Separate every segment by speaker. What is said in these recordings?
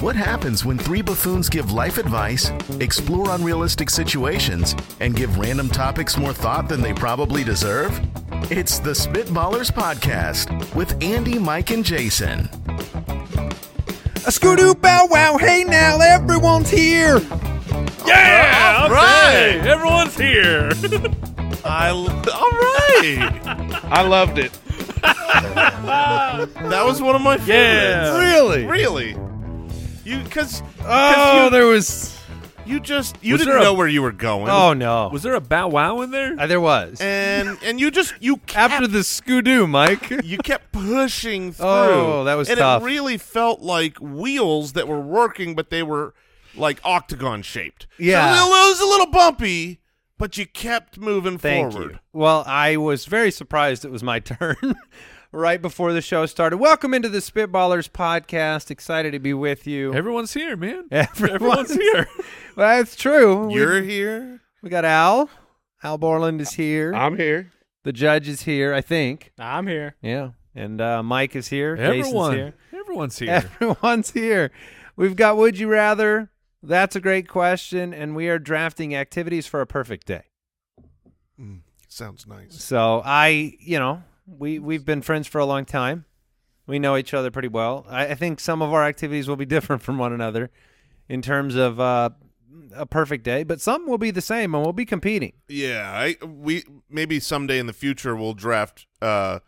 Speaker 1: What happens when three buffoons give life advice, explore unrealistic situations, and give random topics more thought than they probably deserve? It's the Spitballers Podcast with Andy, Mike, and Jason.
Speaker 2: A skidoo bow wow, hey now, everyone's here.
Speaker 3: Yeah!
Speaker 4: All right.
Speaker 3: okay, Everyone's here!
Speaker 4: I all right.
Speaker 5: I loved it.
Speaker 4: that was one of my favorites.
Speaker 3: Yeah!
Speaker 5: Really?
Speaker 4: Really? You because
Speaker 5: Oh,
Speaker 4: you,
Speaker 5: there was.
Speaker 4: you just you
Speaker 3: Was
Speaker 4: didn't
Speaker 3: there a-
Speaker 4: know where you were going.
Speaker 5: Oh no,
Speaker 3: Was there a bow wow in there?
Speaker 5: Uh, there was.
Speaker 4: and and you just you kept,
Speaker 5: After the Scooby-Doo, Mike.
Speaker 4: you kept pushing through.
Speaker 5: Oh, that was
Speaker 4: and
Speaker 5: tough.
Speaker 4: it really felt like wheels that were working, but they were like octagon shaped.
Speaker 5: Yeah.
Speaker 4: so it was a little bumpy, but you kept moving
Speaker 5: Thank
Speaker 4: forward.
Speaker 5: you. Well, I was very surprised it was my turn right before the show started. Welcome into the Spitballers podcast. Excited to be with you.
Speaker 3: Everyone's here, man.
Speaker 5: Everyone's
Speaker 3: Everyone's here.
Speaker 5: well, that's true. We,
Speaker 4: You're here.
Speaker 5: we got Al. Al Borland is here.
Speaker 6: I'm here.
Speaker 5: the judge is here, I think.
Speaker 6: I'm here.
Speaker 5: Yeah. And uh, Mike is here. Jason's
Speaker 3: Everyone.
Speaker 5: here.
Speaker 3: Everyone's here.
Speaker 5: Everyone's here. We've got Would You Rather? That's a great question. And we are drafting activities for a perfect day.
Speaker 4: Mm, Sounds nice.
Speaker 5: So I, you know, we we've been friends for a long time. We know each other pretty well. I, I think some of our activities will be different from one another in terms of uh, a perfect day, but some will be the same, and we'll be competing.
Speaker 4: Yeah, I we maybe someday in the future we'll draft uh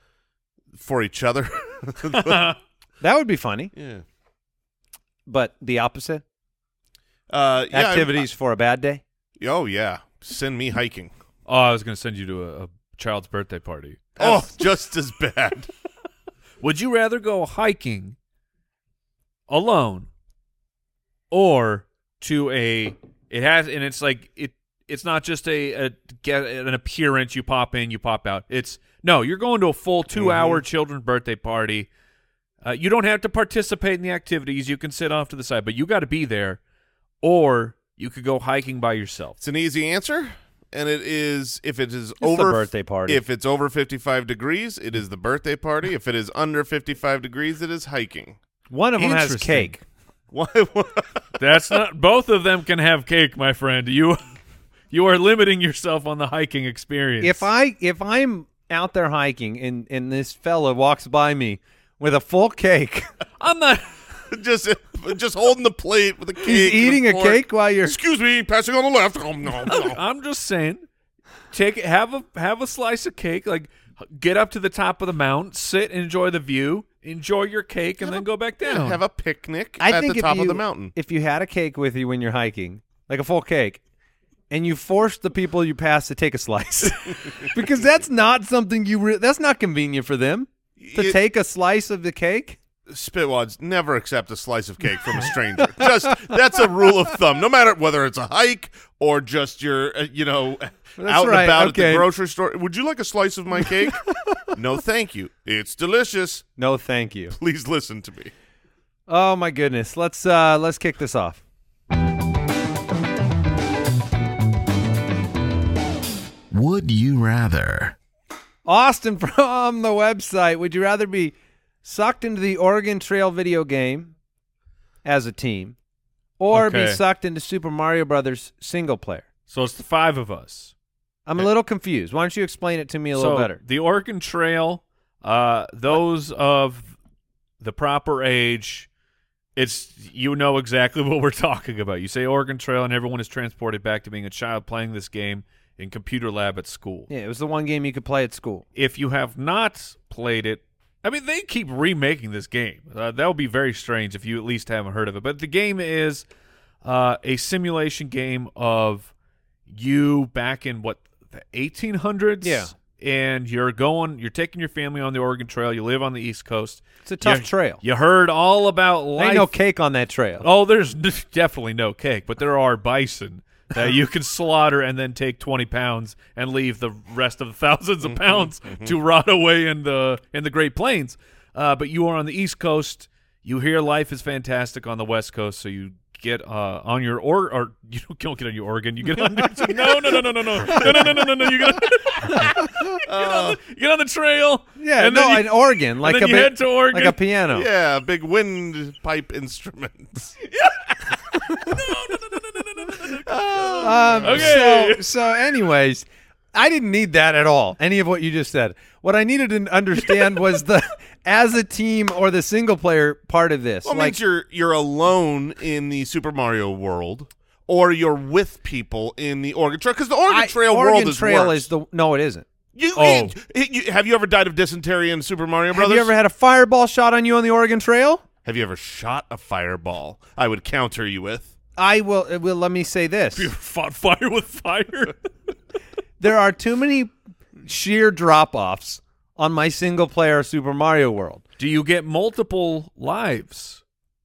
Speaker 4: for each other.
Speaker 5: That would be funny.
Speaker 4: yeah.
Speaker 5: But the opposite
Speaker 4: Uh, yeah, I-
Speaker 5: activities for a bad day.
Speaker 4: I- oh yeah, send me hiking.
Speaker 3: Oh, I was going to send you to a, a child's birthday party.
Speaker 4: Oh, just as bad.
Speaker 3: Would you rather go hiking alone or to a it has and it's like it it's not just a, a get an appearance you pop in you pop out it's no you're going to a full 2
Speaker 5: Mm-hmm.
Speaker 3: hour children's birthday party uh, you don't have to participate in the activities you can sit off to the side but you got to be there or you could go hiking by yourself
Speaker 4: It's an easy answer, and it is if it is
Speaker 5: the
Speaker 4: over
Speaker 5: birthday party.
Speaker 4: If it's over fifty-five degrees, it is the birthday party. If it is under fifty-five degrees, it is hiking.
Speaker 5: One of them has
Speaker 3: Interesting.
Speaker 5: cake.
Speaker 4: Why?
Speaker 3: that's not both of them can have cake my friend you you are limiting yourself on the hiking experience
Speaker 5: If I if I'm out there hiking and and this fella walks by me with a full cake,
Speaker 3: i'm not
Speaker 4: just just holding the plate with a cake.
Speaker 5: he's
Speaker 4: and
Speaker 5: eating a
Speaker 4: fork.
Speaker 5: cake while you're
Speaker 4: Excuse me, passing on the left. Oh no, no.
Speaker 3: I'm just saying, take it- have a have a slice of cake. Like, get up to the top of the mountain, sit, enjoy the view, enjoy your cake, and then go back down.
Speaker 4: have a picnic
Speaker 5: I
Speaker 4: at
Speaker 5: think
Speaker 4: the
Speaker 5: if
Speaker 4: top
Speaker 5: you-
Speaker 4: of the mountain.
Speaker 5: If you had a cake with you when you're hiking, like a full cake, and you forced the people you pass to take a slice, because that's not something you re- that's not convenient for them to
Speaker 4: It-
Speaker 5: take a slice of the cake.
Speaker 4: Spitwads never accept a slice of cake from a stranger. just that's a rule of thumb. No matter whether it's a hike or just your, uh, you know, out
Speaker 5: right,
Speaker 4: and about at
Speaker 5: okay.
Speaker 4: the grocery store. Would you like a slice of my cake? no, thank you. It's delicious.
Speaker 5: No, thank you.
Speaker 4: Please listen to me.
Speaker 5: Oh my goodness, let's uh let's kick this off.
Speaker 1: Would you rather?
Speaker 5: Austin from the website. Would you rather be sucked into the Oregon Trail video game as a team, or be
Speaker 3: Okay.
Speaker 5: sucked into Super Mario Brothers single player?
Speaker 3: so it's the five of us.
Speaker 5: I'm a little confused. Why don't you explain it to me a
Speaker 3: Eh. so
Speaker 5: little better?
Speaker 3: The Oregon Trail, uh, those of the proper age, it's you know exactly what we're talking about. You say Oregon Trail, and everyone is transported back to being a child playing this game in computer lab at school.
Speaker 5: Yeah, it was the one game you could play at school.
Speaker 3: if you have not played it, I mean, they keep remaking this game. Uh, that would be very strange if you at least haven't heard of it. But the game is uh, a simulation game of you back in what the 1800s,
Speaker 5: Yeah.
Speaker 3: and you're going, you're taking your family on the Oregon Trail. You live on the East Coast.
Speaker 5: It's a tough
Speaker 3: You-
Speaker 5: trail.
Speaker 3: You heard all about
Speaker 5: There
Speaker 3: life.
Speaker 5: ain't no cake on that trail.
Speaker 3: Oh, there's definitely no cake, but there are bison that you can slaughter and then take 20 pounds and leave the rest of the thousands
Speaker 5: Mm-hmm,
Speaker 3: of pounds to rot away in the in the Great Plains. Uh, but you are on the East Coast. You hear life is fantastic on the West Coast, so you get uh, on your or or you don't, you don't get on your Oregon. You get on your, no no no no no no no no no no no no. You get on, you get on the, you get on the trail.
Speaker 5: yeah,
Speaker 3: and
Speaker 5: no,
Speaker 3: then you,
Speaker 5: in Oregon, like
Speaker 3: then
Speaker 5: a
Speaker 3: you
Speaker 5: bit-
Speaker 3: head to Oregon.
Speaker 5: like a piano.
Speaker 4: Yeah, big windpipe instruments.
Speaker 5: Um,
Speaker 3: Okay.
Speaker 5: So, so, anyways, I didn't need that at all. Any of what you just said. What I needed to understand was the as a team or the single player part of this.
Speaker 4: Well, it
Speaker 5: like,
Speaker 4: means you're you're alone in the Super Mario world, or you're with people in the Oregon Trail because the Oregon
Speaker 5: I-
Speaker 4: Trail
Speaker 5: Oregon
Speaker 4: world is
Speaker 5: Trail
Speaker 4: worse.
Speaker 5: is the no, it isn't.
Speaker 4: you,
Speaker 3: Oh.
Speaker 4: it- you- have you ever died of dysentery in Super Mario Brothers?
Speaker 5: Have you ever had a fireball shot on you on the Oregon Trail?
Speaker 4: Have you ever shot a fireball? I would counter you with.
Speaker 5: I will. uh, Will let me say this:
Speaker 3: fought fire with fire.
Speaker 5: there are too many sheer drop offs on my single player Super Mario World.
Speaker 3: Do you get multiple lives?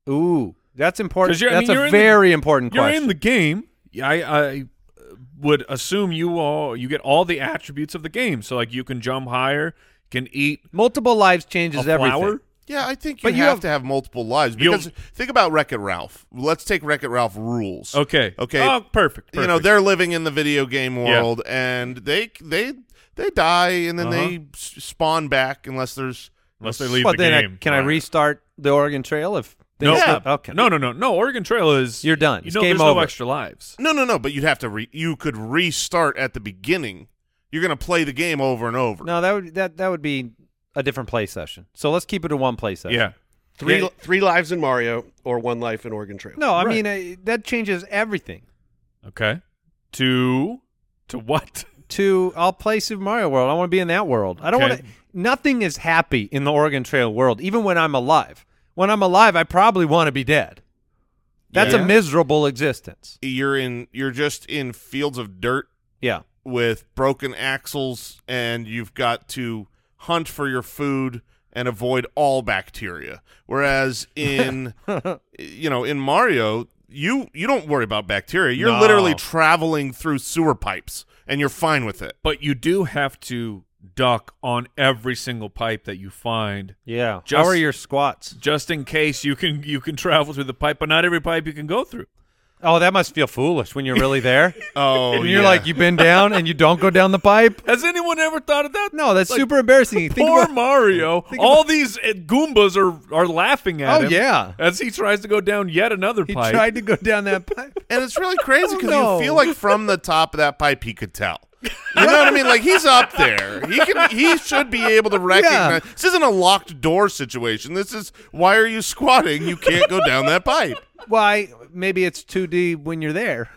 Speaker 5: Ooh, that's important.
Speaker 3: 'Cause you're- I
Speaker 5: that's
Speaker 3: mean, you're
Speaker 5: a
Speaker 3: in the-
Speaker 5: very important
Speaker 3: You're
Speaker 5: question.
Speaker 3: in the game. Yeah, I, I uh, would assume you all you get all the attributes of the game. So like you can jump higher, can eat
Speaker 5: Multiple lives
Speaker 3: a
Speaker 5: changes everything.
Speaker 3: flower.
Speaker 4: Yeah, I think you,
Speaker 5: But
Speaker 4: have,
Speaker 5: you have-
Speaker 4: to have multiple lives
Speaker 3: You'll-
Speaker 4: because think about Wreck It Ralph. Let's take Wreck It Ralph rules.
Speaker 3: Okay.
Speaker 4: Okay.
Speaker 3: Oh, perfect.
Speaker 4: You know
Speaker 3: perfect.
Speaker 4: they're living in the video game world, and they they they die, and then they s- spawn back Uh-huh. unless there's
Speaker 3: unless they leave
Speaker 5: But
Speaker 3: the
Speaker 5: then I-
Speaker 3: game.
Speaker 5: can I restart the Oregon Trail if
Speaker 3: No.
Speaker 5: things get- okay.
Speaker 3: No, no, no, no. Oregon Trail is
Speaker 5: You're done.
Speaker 3: You
Speaker 5: It's
Speaker 3: know,
Speaker 5: game
Speaker 3: there's no
Speaker 5: over.
Speaker 3: extra lives.
Speaker 4: No, no, no. But you'd have to. Re- you could restart at the beginning. You're gonna play the game over and over.
Speaker 5: No, that would that that would be a different play session. So let's keep it to one play session.
Speaker 3: Yeah.
Speaker 6: Three
Speaker 3: Yeah.
Speaker 6: three lives in Mario or one life in Oregon Trail.
Speaker 5: No, I
Speaker 3: Right.
Speaker 5: mean uh, that changes everything.
Speaker 3: Okay. To to what?
Speaker 5: To I'll play Super Mario World. I want to be in that world. I don't
Speaker 3: Okay.
Speaker 5: want to. Nothing is happy in the Oregon Trail world, even when I'm alive. When I'm alive, I probably want to be dead. That's
Speaker 4: Yeah.
Speaker 5: a miserable existence.
Speaker 4: You're in. You're just in fields of dirt
Speaker 5: Yeah.
Speaker 4: with broken axles, and you've got to hunt for your food and avoid all bacteria. Whereas in, you know, in Mario, you you don't worry about bacteria. You're
Speaker 3: No.
Speaker 4: literally traveling through sewer pipes, and you're fine with it.
Speaker 3: But you do have to duck on every single pipe that you find
Speaker 5: Yeah.
Speaker 3: Just-
Speaker 5: How are your squats?
Speaker 3: just in case you can you can travel through the pipe but not every pipe you can go through
Speaker 5: Oh, that must feel foolish when you're really there.
Speaker 4: Oh,
Speaker 5: and you're
Speaker 4: yeah.
Speaker 5: like you've been down and you don't go down the pipe.
Speaker 3: has anyone ever thought of that
Speaker 5: No, that's
Speaker 3: Like,
Speaker 5: super embarrassing. You think
Speaker 3: Poor
Speaker 5: about-
Speaker 3: Mario! All these uh, Goombas are are laughing at
Speaker 5: Oh,
Speaker 3: him.
Speaker 5: yeah.
Speaker 3: as he tries to go down yet another
Speaker 5: he
Speaker 3: pipe.
Speaker 5: tried to go down that pipe.
Speaker 4: And it's really crazy
Speaker 5: Oh,
Speaker 4: because
Speaker 5: no.
Speaker 4: you feel like from the top of that pipe he could tell. You know what I mean? Like he's up there. He can. He should be able to recognize. This isn't a locked door situation. This is why are you squatting? You can't go down that pipe.
Speaker 5: Why? Maybe it's 2D when you're there,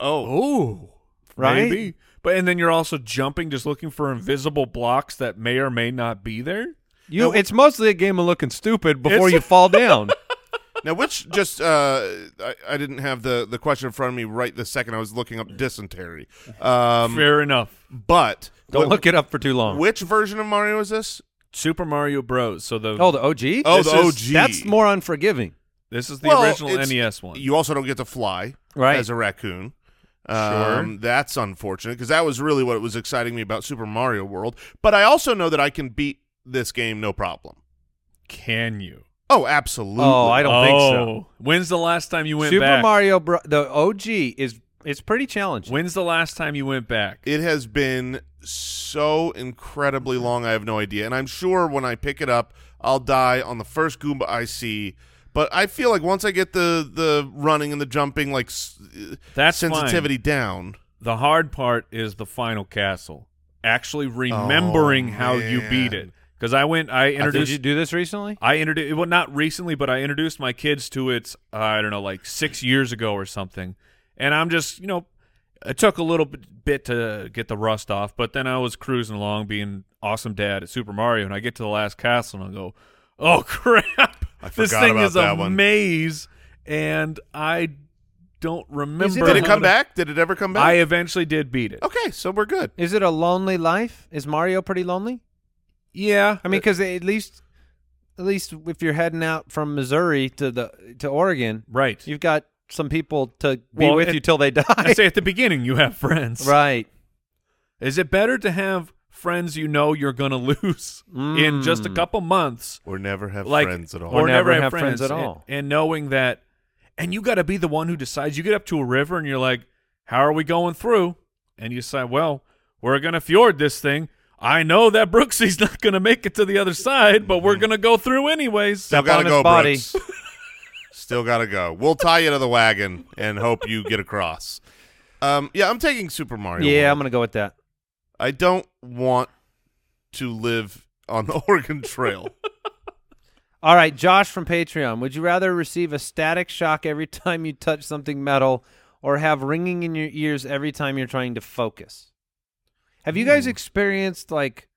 Speaker 4: Oh,
Speaker 3: Ooh,
Speaker 5: right?
Speaker 3: Maybe. But and then you're also jumping, just looking for invisible blocks that may or may not be there.
Speaker 5: You. It's mostly a game of looking stupid before
Speaker 3: It's-
Speaker 5: you fall down.
Speaker 4: now which just uh, I, I didn't have the the question in front of me right the second I was looking up dysentery. Um,
Speaker 3: Fair enough.
Speaker 4: but
Speaker 5: Don't
Speaker 4: wh-
Speaker 5: look it up for too long.
Speaker 4: Which version of Mario is this?
Speaker 3: Super Mario Bros. So the
Speaker 5: oh, the OG.
Speaker 4: Oh,
Speaker 5: This
Speaker 4: the
Speaker 5: is-
Speaker 4: OG.
Speaker 5: That's more unforgiving,
Speaker 3: this is the
Speaker 4: Well,
Speaker 3: original
Speaker 4: it's-
Speaker 3: NES one.
Speaker 4: You also don't get to fly
Speaker 5: E Right.
Speaker 4: as a raccoon.
Speaker 3: Sure.
Speaker 4: Um, That's unfortunate because that was really what was exciting me about Super Mario World. But I also know that I can beat this game no problem.
Speaker 3: Can you?
Speaker 4: Oh, absolutely.
Speaker 5: Oh, I don't think so.
Speaker 3: Oh. When's the last time you went
Speaker 5: Super
Speaker 3: back?
Speaker 5: Mario Bro. The OG is it's pretty challenging.
Speaker 3: When's the last time you went back?
Speaker 4: It has been so incredibly long. I have no idea. And I'm sure when I pick it up, I'll die on the first Goomba I see. But I feel like once I get the, the running and the jumping, like s- uh,
Speaker 3: That's fine.
Speaker 4: sensitivity down.
Speaker 3: The hard part is the final castle. Actually remembering
Speaker 4: Oh,
Speaker 3: how you beat
Speaker 4: man.
Speaker 3: it. Because I went, I
Speaker 5: Did
Speaker 3: introduced,
Speaker 5: you do this recently?
Speaker 3: I introduced, well, not recently, but I introduced my kids to it. I don't know, like six years ago or something. And I'm just, you know, it took a little bit, bit to get the rust off, but then I was cruising along, being awesome dad at Super Mario, and I get to the last castle and I go, "Oh crap!
Speaker 4: I
Speaker 3: this
Speaker 4: forgot
Speaker 3: thing
Speaker 4: about
Speaker 3: is a
Speaker 4: that one."
Speaker 3: maze," and I don't remember.
Speaker 4: Did it
Speaker 3: how
Speaker 4: come
Speaker 3: to-
Speaker 4: back? Did it ever come
Speaker 5: uh,
Speaker 4: back?
Speaker 3: I eventually did beat it.
Speaker 4: okay, so we're good.
Speaker 5: Is it a lonely life? Is Mario pretty lonely?
Speaker 3: Yeah,
Speaker 5: I mean,
Speaker 4: Uh,
Speaker 5: because at least, at least if you're heading out from Missouri to the to Oregon,
Speaker 3: right.
Speaker 5: you've got some people to be
Speaker 3: Well,
Speaker 5: with
Speaker 3: it-
Speaker 5: you till they
Speaker 3: I
Speaker 5: die.
Speaker 3: say at the beginning you have friends.
Speaker 5: right.
Speaker 3: Is it better to have friends you know you're gonna lose in just a
Speaker 5: Mm.
Speaker 3: couple months,
Speaker 4: Or never have
Speaker 3: like
Speaker 4: friends at all.
Speaker 3: or, never, have,
Speaker 5: friends at
Speaker 3: and-
Speaker 5: all.
Speaker 3: And, knowing that, and you got to be the one who decides. You get up to a river and you're like, "How are we going through?" And you say, "Well, we're gonna fjord this thing." I know that Brooksy's not gonna make it to the other side, but we're gonna go through anyways.
Speaker 4: Still
Speaker 5: Step
Speaker 4: gotta
Speaker 5: on his
Speaker 4: go,
Speaker 5: body.
Speaker 4: Brooks. Still gotta go. We'll tie you to the wagon and hope you get across. Um, yeah, I'm taking Super Mario.
Speaker 5: Yeah, I'm
Speaker 4: World.
Speaker 5: gonna go with that.
Speaker 4: I don't want to live on the Oregon Trail.
Speaker 5: All right, Josh from Patreon. Would you rather receive a static shock every time you touch something metal, or have ringing in your ears every time you're trying to focus? Have you
Speaker 3: Hmm.
Speaker 5: guys experienced like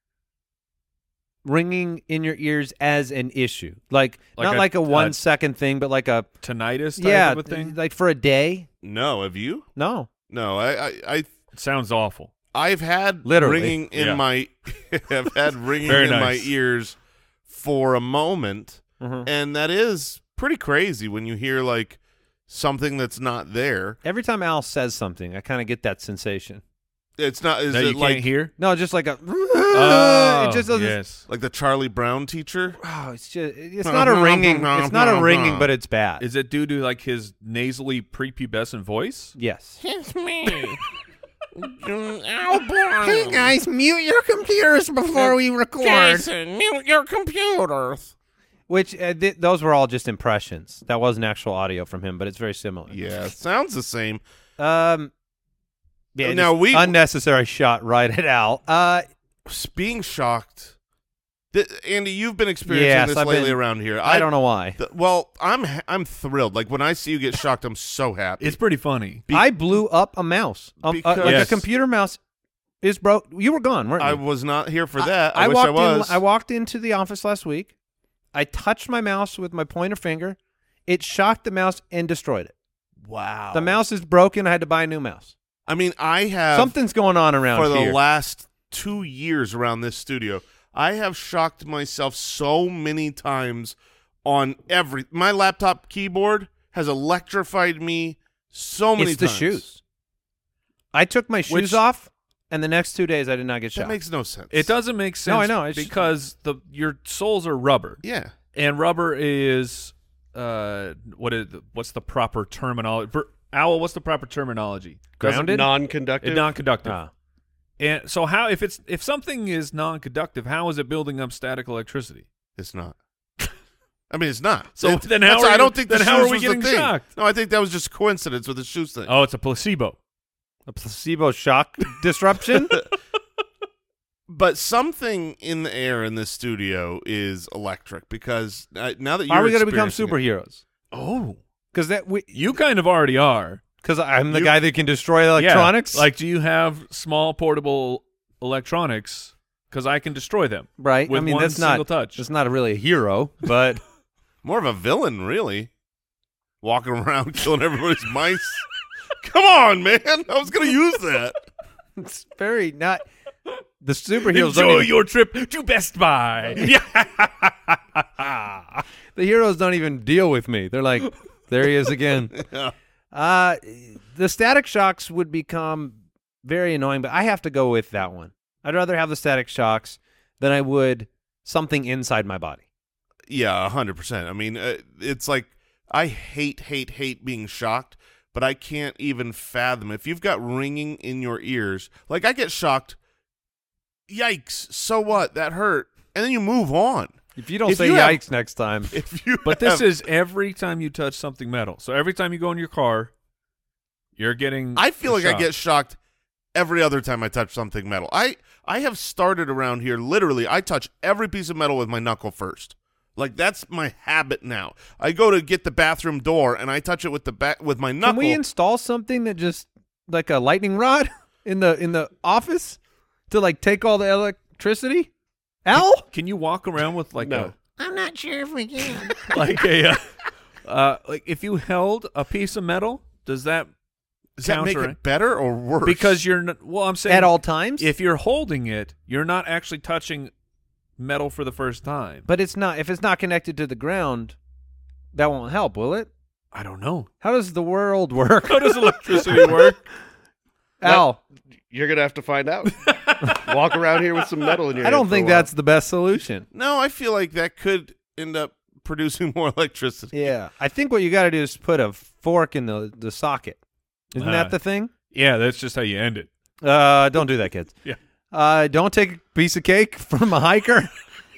Speaker 5: ringing in your ears as an issue? Like,
Speaker 3: Like
Speaker 5: not
Speaker 3: a-
Speaker 5: like a
Speaker 3: a-
Speaker 5: one second thing, but like a
Speaker 3: Tinnitus, type
Speaker 5: yeah,
Speaker 3: of a thing.
Speaker 5: like for a day.
Speaker 4: no, have you?
Speaker 5: No,
Speaker 4: No, I, I, I
Speaker 3: It sounds awful.
Speaker 4: I've had
Speaker 5: Literally.
Speaker 4: ringing in
Speaker 3: Yeah.
Speaker 4: my I've had ringing
Speaker 3: Very
Speaker 4: in
Speaker 3: nice.
Speaker 4: my ears for a moment
Speaker 5: Mhm.
Speaker 4: and that is pretty crazy when you hear like something that's not there.
Speaker 5: every time Al says something, I kind of get that sensation.
Speaker 4: It's not is
Speaker 3: that
Speaker 4: it
Speaker 3: you
Speaker 4: like
Speaker 3: can't hear.
Speaker 5: No, just like a.
Speaker 3: Oh,
Speaker 5: it just doesn't.
Speaker 3: Yes.
Speaker 4: like the Charlie Brown teacher?
Speaker 5: Oh, it's just. It's not a ringing. It's not a ringing, but it's bad.
Speaker 3: Is it due to like his nasally prepubescent voice?
Speaker 5: yes.
Speaker 2: Hey guys, mute your computers before we record.
Speaker 5: Which uh, th- those were all just impressions. That wasn't actual audio from him, but it's very similar.
Speaker 4: Yeah, it sounds the same.
Speaker 5: Um. Yeah.
Speaker 4: Now
Speaker 5: just
Speaker 4: we-
Speaker 5: unnecessary shot right at Al. Uh.
Speaker 4: Being shocked. Th- Andy, you've been experiencing
Speaker 5: Yes,
Speaker 4: this
Speaker 5: I've
Speaker 4: lately
Speaker 5: been-
Speaker 4: around here.
Speaker 5: I, don't know why.
Speaker 4: Th- well, I'm ha- I'm thrilled. Like when I see you get shocked, I'm so happy.
Speaker 3: It's pretty funny.
Speaker 5: I blew up a mouse. Um, uh, like
Speaker 4: Because-
Speaker 5: a computer mouse is broke. You were gone, weren't you?
Speaker 4: I was not here for that. I,
Speaker 5: I,
Speaker 4: wish
Speaker 5: walked
Speaker 4: I was.
Speaker 5: In, I walked into the office last week. I touched my mouse with my pointer finger. It shocked the mouse and destroyed it.
Speaker 4: wow.
Speaker 5: The mouse is broken. I had to buy a new mouse.
Speaker 4: I mean, I Oh. have
Speaker 5: Something's going on around
Speaker 4: for the
Speaker 5: here.
Speaker 4: last two years around this studio. I have shocked myself so many times on every. My laptop keyboard has electrified me so many
Speaker 5: it's the
Speaker 4: times.
Speaker 5: shoes. I took my shoes
Speaker 4: Which-
Speaker 5: off, and the next two days I did not get
Speaker 4: That
Speaker 5: shot.
Speaker 4: makes no sense.
Speaker 3: It doesn't make sense.
Speaker 5: No, I know, it's-
Speaker 3: because the your soles are rubber,
Speaker 4: Yeah.
Speaker 3: and rubber is uh what is what's the proper terminology? For, owl, what's the proper terminology?
Speaker 5: Grounded?
Speaker 6: Non-conductive.
Speaker 3: Non-conductive.
Speaker 5: Ah.
Speaker 3: And so how if it's if something is non-conductive, how is it building up static electricity?
Speaker 4: It's not. I mean, it's not.
Speaker 3: So
Speaker 4: It's-
Speaker 3: then how
Speaker 4: that's-
Speaker 3: are
Speaker 4: I
Speaker 3: you-
Speaker 4: don't think the
Speaker 3: then how are
Speaker 4: shoes
Speaker 3: we
Speaker 4: was the
Speaker 3: getting
Speaker 4: thing.
Speaker 3: shocked?
Speaker 4: No, I think that was just coincidence with the shoes thing.
Speaker 3: Oh, it's a placebo.
Speaker 5: a placebo shock disruption.
Speaker 4: But something in the air in this studio is electric because uh, now that you're
Speaker 5: Are we going to become
Speaker 4: experiencing it-
Speaker 5: superheroes?
Speaker 3: Oh,
Speaker 5: Because that we
Speaker 3: you kind of already are.
Speaker 5: because I'm the
Speaker 4: You-
Speaker 5: guy that can destroy
Speaker 3: Yeah.
Speaker 5: electronics.
Speaker 3: Like, do you have small portable electronics? Because I can destroy them.
Speaker 5: right?
Speaker 3: With
Speaker 5: I mean,
Speaker 3: one
Speaker 5: that's not
Speaker 3: single touch.
Speaker 5: That's not really a hero, but
Speaker 4: more of a villain, really, walking around killing everybody's mice. Come on, man! I was going to use that.
Speaker 5: it's very not. The superheroes don't
Speaker 3: Enjoy
Speaker 5: even,
Speaker 3: your trip to Best Buy. Yeah.
Speaker 5: the heroes don't even deal with me. They're like, there he is again. Uh, the static shocks would become very annoying, but I have to go with that one. I'd rather have the static shocks than I would something inside my body.
Speaker 4: Yeah, hundred percent. I mean, uh, it's like I hate, hate, hate being shocked, but I can't even fathom if you've got ringing in your ears. Like I get shocked. Yikes! So what? That hurt, and then you move on.
Speaker 5: If you don't
Speaker 4: If
Speaker 5: say
Speaker 4: you have-
Speaker 5: yikes next time,
Speaker 4: If you,
Speaker 3: But this
Speaker 4: have-
Speaker 3: is every time you touch something metal. So every time you go in your car, you're getting.
Speaker 4: I feel
Speaker 3: a
Speaker 4: like I
Speaker 3: shock.
Speaker 4: get shocked every other time I touch something metal. I I have started around here literally I touch every piece of metal with my knuckle first. Like that's my habit now. I go to get the bathroom door and I touch it with the back with my
Speaker 5: can
Speaker 4: knuckle.
Speaker 5: we install something that just like a lightning rod in the in the office to like take all the electricity? Al,
Speaker 3: Can you walk around with like
Speaker 6: No.
Speaker 2: I'm not sure if we can.
Speaker 3: a like a uh, uh, like if you held a piece of metal does that
Speaker 4: Does that make
Speaker 3: countering.
Speaker 4: it better or worse?
Speaker 3: because you're not, well I'm saying
Speaker 5: at all times.
Speaker 3: if you're holding it, you're not actually touching metal for the first time.
Speaker 5: but it's not if it's not connected to the ground, that won't help, will it?
Speaker 3: I don't know.
Speaker 5: How does the world work?
Speaker 3: How does electricity work?
Speaker 5: Al,
Speaker 6: You're gonna have to find out. Walk around here with some metal in your.
Speaker 5: I
Speaker 6: head
Speaker 5: don't
Speaker 6: for a
Speaker 5: think
Speaker 6: while.
Speaker 5: that's the best solution.
Speaker 4: no, I feel like that could end up producing more electricity.
Speaker 5: Yeah, I think what you got to do is put a fork in the the socket. Isn't
Speaker 3: Uh.
Speaker 5: that the thing?
Speaker 3: Yeah, that's just how you end it.
Speaker 5: Uh, don't do that, kids.
Speaker 3: Yeah.
Speaker 5: Uh, don't take a piece of cake from a hiker.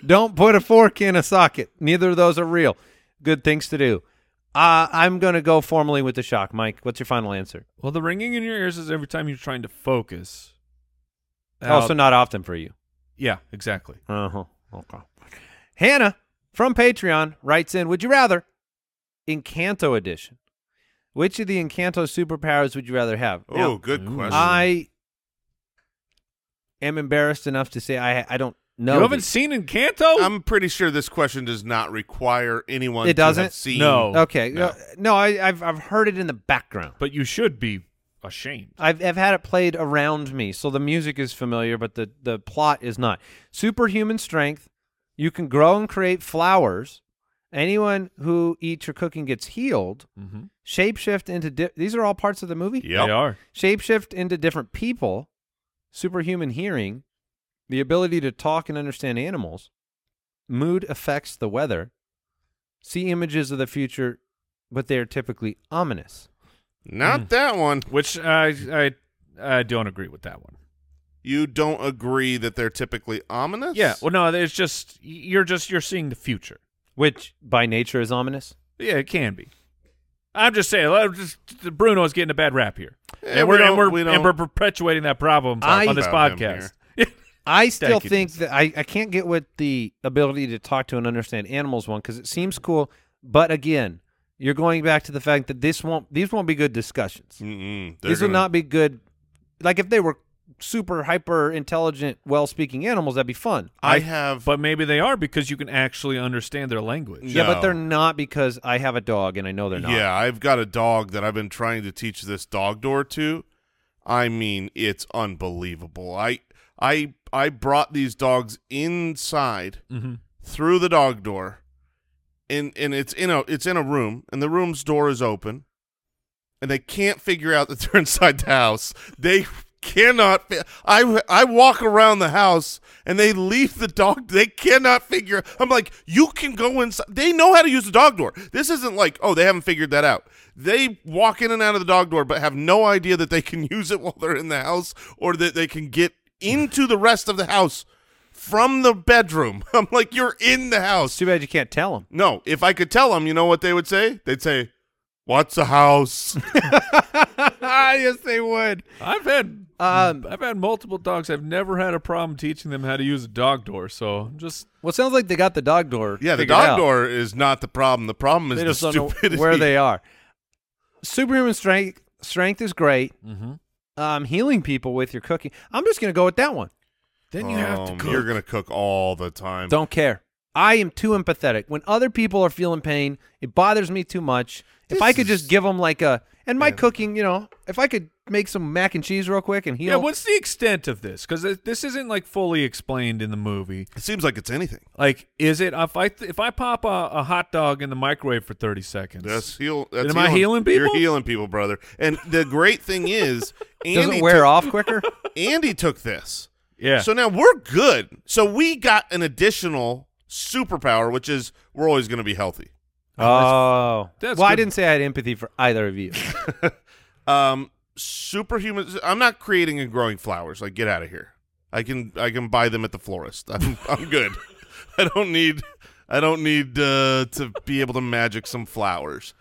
Speaker 5: don't put a fork in a socket. Neither of those are real. Good things to do. Uh, I'm going to go formally with the shock. Mike, what's your final answer?
Speaker 3: Well, the ringing in your ears is every time you're trying to focus.
Speaker 5: also,
Speaker 3: Uh,
Speaker 5: not often for you.
Speaker 3: yeah, exactly.
Speaker 5: Uh huh. Okay. Hannah from Patreon writes in Would you rather Encanto edition? Which of the Encanto superpowers would you rather have?
Speaker 4: Oh,
Speaker 5: Now,
Speaker 4: good
Speaker 3: Ooh.
Speaker 4: question.
Speaker 5: Mm. I am embarrassed enough to say I I don't know.
Speaker 3: you haven't
Speaker 5: the-
Speaker 3: seen Encanto?
Speaker 4: I'm pretty sure this question does not require anyone.
Speaker 5: Oh. It
Speaker 4: To
Speaker 5: doesn't?
Speaker 4: have seen
Speaker 3: No.
Speaker 5: Okay,
Speaker 3: No.
Speaker 5: no, no I, I've I've heard it in the background.
Speaker 3: but you should be ashamed.
Speaker 5: I've I've had it played around me, so the music is familiar, but the the plot is not. Superhuman strength. You can grow and create flowers. Anyone who eats your cooking gets healed.
Speaker 3: Mm-hmm.
Speaker 5: Shapeshift into di- these are all parts of the movie.
Speaker 4: Yep.
Speaker 3: They are.
Speaker 5: Shapeshift into different people, superhuman hearing, the ability to talk and understand animals, mood affects the weather, see images of the future, but they are typically ominous.
Speaker 4: Not that one.
Speaker 3: Which I I I don't agree with that one.
Speaker 4: You don't agree that they're typically ominous.
Speaker 3: Yeah. Well, no, it's just you're just you're seeing the future.
Speaker 5: Which by nature is ominous.
Speaker 3: Yeah, it can be. I'm just saying. let- Just, Bruno's getting a bad rap here,
Speaker 4: Eh,
Speaker 3: and
Speaker 4: we
Speaker 3: we're and
Speaker 4: don't-
Speaker 3: we're,
Speaker 4: we
Speaker 3: and we're
Speaker 4: don't-
Speaker 3: perpetuating that problem
Speaker 5: I-
Speaker 3: on this
Speaker 4: About him
Speaker 3: podcast.
Speaker 5: I still
Speaker 3: Thank you,
Speaker 5: think that I, I can't get with the ability to talk to and understand animals one because it seems cool, but again, you're going back to the fact that this won't these won't be good discussions.
Speaker 4: Mm-mm. They're
Speaker 5: These would
Speaker 4: gonna-
Speaker 5: not be good. Like if they were super hyper intelligent, well speaking animals, that'd be fun.
Speaker 4: I have.
Speaker 3: But maybe they are because you can actually understand their language.
Speaker 5: Yeah, but
Speaker 4: No.
Speaker 5: they're not because I have a dog and I know they're not.
Speaker 4: Yeah, I've got a dog that I've been trying to teach this dog door to. I mean, it's unbelievable. I I I brought these dogs inside
Speaker 5: Mm-hmm.
Speaker 3: Mhm.
Speaker 4: through the dog door, and and it's in a it's in a room, and the room's door is open, and they can't figure out that they're inside the house. They cannot. Fi- I I walk around the house and they leave the dog. They cannot figure. I'm like, you can go inside. They know how to use the dog door. This isn't like, oh, they haven't figured that out. They walk in and out of the dog door, but have no idea that they can use it while they're in the house or that they can get into the rest of the house from the bedroom. I'm like, you're in the house.
Speaker 5: It's too bad you can't tell them.
Speaker 4: No, if I could tell them, you know what they would say? They'd say, "What's a house?"
Speaker 5: yes, they would.
Speaker 3: I've had
Speaker 5: Um,
Speaker 3: I've had multiple dogs. I've never had a problem teaching them how to use a dog door. So just
Speaker 5: Well, it sounds like they got the dog door.
Speaker 4: yeah, the
Speaker 5: figured
Speaker 4: dog
Speaker 5: out.
Speaker 4: door is not the problem. The problem is
Speaker 5: They
Speaker 4: the
Speaker 5: just don't know
Speaker 4: stupidity.
Speaker 5: where they are. Superhuman strength strength is great.
Speaker 4: Mm-hmm.
Speaker 3: Mhm.
Speaker 5: Um, healing people with your cooking. I'm just gonna go with that one.
Speaker 3: then you have to
Speaker 4: Um,
Speaker 3: cook.
Speaker 4: You're gonna cook all the time.
Speaker 5: Don't care. I am too empathetic. When other people are feeling pain, it bothers me too much. if
Speaker 4: This
Speaker 5: I could
Speaker 4: is-
Speaker 5: just give them like a and my
Speaker 4: Yeah.
Speaker 5: cooking, you know, if I could make some mac and cheese real quick and heal.
Speaker 3: yeah. What's the extent of this? Because this isn't like fully explained in the movie.
Speaker 4: It seems like it's anything.
Speaker 3: Like, is it if I if I pop a, a hot dog in the microwave for thirty seconds?
Speaker 4: That's heal. That's
Speaker 3: Am I healing people?
Speaker 4: You're healing people, brother. And the great thing is,
Speaker 5: doesn't
Speaker 4: Andy
Speaker 5: wear
Speaker 4: took,
Speaker 5: off quicker.
Speaker 4: Andy took this.
Speaker 3: Yeah.
Speaker 4: So now we're good. So we got an additional superpower, which is we're always going to be healthy.
Speaker 5: oh,
Speaker 3: that's
Speaker 5: well, I
Speaker 3: good.
Speaker 5: didn't say I had empathy for either of you.
Speaker 4: Um, superhuman. I'm not creating and growing flowers. Like, get out of here. I can I can buy them at the florist. I'm I'm good. I don't need I don't need uh, to be able to magic some flowers.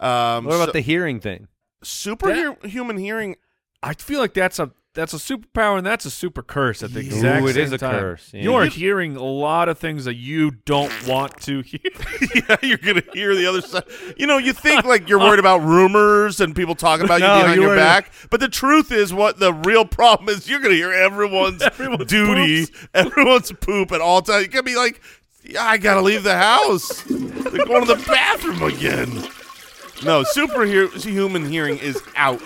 Speaker 4: Um,
Speaker 5: what about the hearing thing?
Speaker 4: superhuman hearing?
Speaker 3: I feel like that's a that's a superpower and that's a super curse at the
Speaker 5: Yeah.
Speaker 3: exact
Speaker 5: Ooh, it
Speaker 3: same
Speaker 5: is a
Speaker 3: time.
Speaker 5: curse, yeah.
Speaker 3: You're
Speaker 5: You-
Speaker 3: hearing a lot of things that you don't want to hear.
Speaker 4: yeah, you're gonna hear the other side. You know, you think like you're worried about rumors and people talking about
Speaker 3: No,
Speaker 4: you behind
Speaker 3: you
Speaker 4: your
Speaker 3: were-
Speaker 4: back, but the truth is, what the real problem is, you're gonna hear everyone's, duty, everyone's poop at all times. You could be like, yeah, I gotta leave the house. They're going to the bathroom again. No, superhuman hearing is out.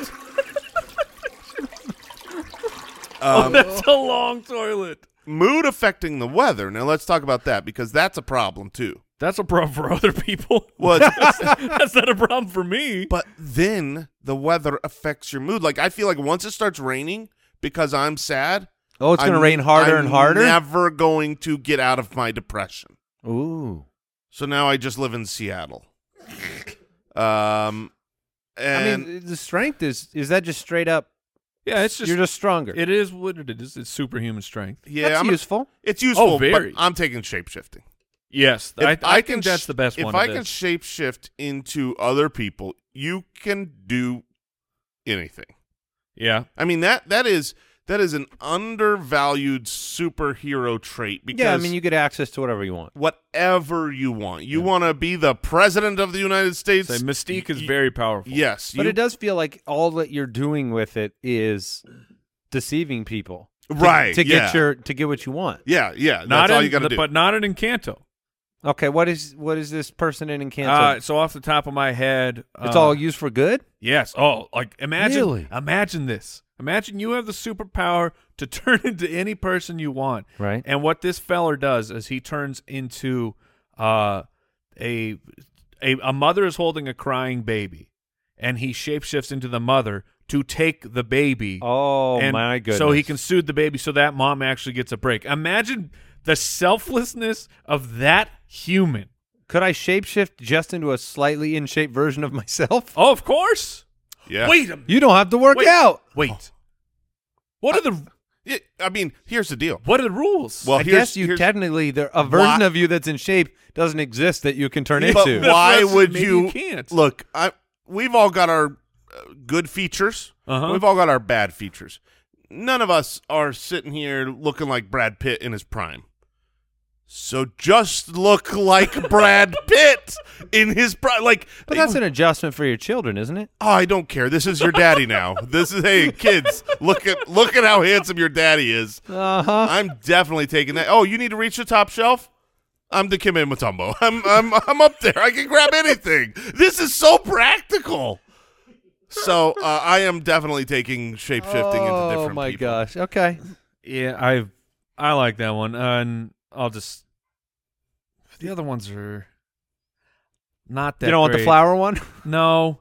Speaker 3: That's a long toilet.
Speaker 4: Mood affecting the weather. Now let's talk about that because that's a problem too.
Speaker 3: That's a problem for other people.
Speaker 4: Well, it's-
Speaker 3: That's not a problem for me.
Speaker 4: but then the weather affects your mood. Like I feel like once it starts raining because I'm sad,
Speaker 5: Oh, it's going to
Speaker 4: I'm-
Speaker 5: rain harder
Speaker 4: I'm
Speaker 5: and harder.
Speaker 4: Never going to get out of my depression.
Speaker 5: Ooh.
Speaker 4: So now I just live in Seattle. Um, and
Speaker 5: I mean, the strength is is that just straight up
Speaker 3: Yeah, it's just
Speaker 5: you're just stronger.
Speaker 3: it is what it is. It's superhuman strength.
Speaker 4: yeah,
Speaker 5: That's
Speaker 4: I'm-
Speaker 5: useful.
Speaker 4: it's useful.
Speaker 3: Oh, very.
Speaker 4: But I'm taking shape shifting.
Speaker 3: Yes, I, I, think that's the best
Speaker 4: if
Speaker 3: one.
Speaker 4: I
Speaker 3: of
Speaker 4: can
Speaker 3: this.
Speaker 4: shape shift into other people, you can do anything.
Speaker 3: yeah,
Speaker 4: I mean that that is that is an undervalued superhero trait because
Speaker 5: Yeah, I mean you get access to whatever you want.
Speaker 4: whatever you want. You want to be the president of the United States.
Speaker 3: say Mystique
Speaker 4: Y-
Speaker 3: is
Speaker 4: y-
Speaker 3: very powerful.
Speaker 4: Yes,
Speaker 5: But
Speaker 4: you-
Speaker 5: it does feel like all that you're doing with it is deceiving people. to-
Speaker 4: Right,
Speaker 5: To,
Speaker 4: yeah.
Speaker 5: get your to get what you want.
Speaker 4: Yeah, yeah.
Speaker 3: not
Speaker 4: that's all
Speaker 3: in
Speaker 4: you got to
Speaker 3: the-
Speaker 4: do.
Speaker 3: but not in Encanto.
Speaker 5: Okay, what is what is this person in Encanto?
Speaker 3: Uh, so off the top of my head, uh,
Speaker 5: it's all used for good?
Speaker 3: Yes. Oh, like imagine
Speaker 5: Really?
Speaker 3: imagine this. Imagine you have the superpower to turn into any person you want.
Speaker 5: Right.
Speaker 3: And what this feller does is he turns into uh a a, a mother is holding a crying baby and he shapeshifts into the mother to take the baby.
Speaker 5: Oh
Speaker 3: and
Speaker 5: my goodness.
Speaker 3: So he can soothe the baby so that mom actually gets a break. Imagine the selflessness of that human.
Speaker 5: Could I shapeshift just into a slightly in shape version of myself?
Speaker 3: Oh, of course.
Speaker 4: yeah.
Speaker 3: Wait a minute.
Speaker 5: You don't have to work
Speaker 3: Wait.
Speaker 5: out.
Speaker 3: Wait. What are the
Speaker 4: Yeah, I mean, here's the deal.
Speaker 3: What are the rules?
Speaker 4: Well,
Speaker 5: I
Speaker 4: here's,
Speaker 5: guess you
Speaker 4: here's-
Speaker 5: technically there a version
Speaker 4: Why-
Speaker 5: of you that's in shape doesn't exist that you can turn
Speaker 4: But
Speaker 5: into.
Speaker 4: why
Speaker 3: That's-
Speaker 4: would
Speaker 3: maybe
Speaker 4: you?
Speaker 3: you can't.
Speaker 4: Look, I we've all got our uh, good features.
Speaker 3: Uh-huh.
Speaker 4: We've all got our bad features. None of us are sitting here looking like Brad Pitt in his prime. So just look like Brad Pitt in his prime. Like,
Speaker 5: But that's an adjustment for your children, isn't it?
Speaker 4: oh, I don't care. This is your daddy now. This is hey kids, look at look at how handsome your daddy is.
Speaker 5: Uh huh.
Speaker 4: I'm definitely taking that. Oh, you need to reach the top shelf? I'm the Kim Matumbo. I'm I'm I'm up there. I can grab anything. This is so practical. So uh, I am definitely taking shape shifting into
Speaker 5: Oh
Speaker 4: different
Speaker 5: my
Speaker 4: people.
Speaker 5: gosh. Okay.
Speaker 3: yeah, I I like that one, uh, and I'll just the other ones are not that.
Speaker 5: you don't want the
Speaker 3: great.
Speaker 5: flower one?
Speaker 3: No,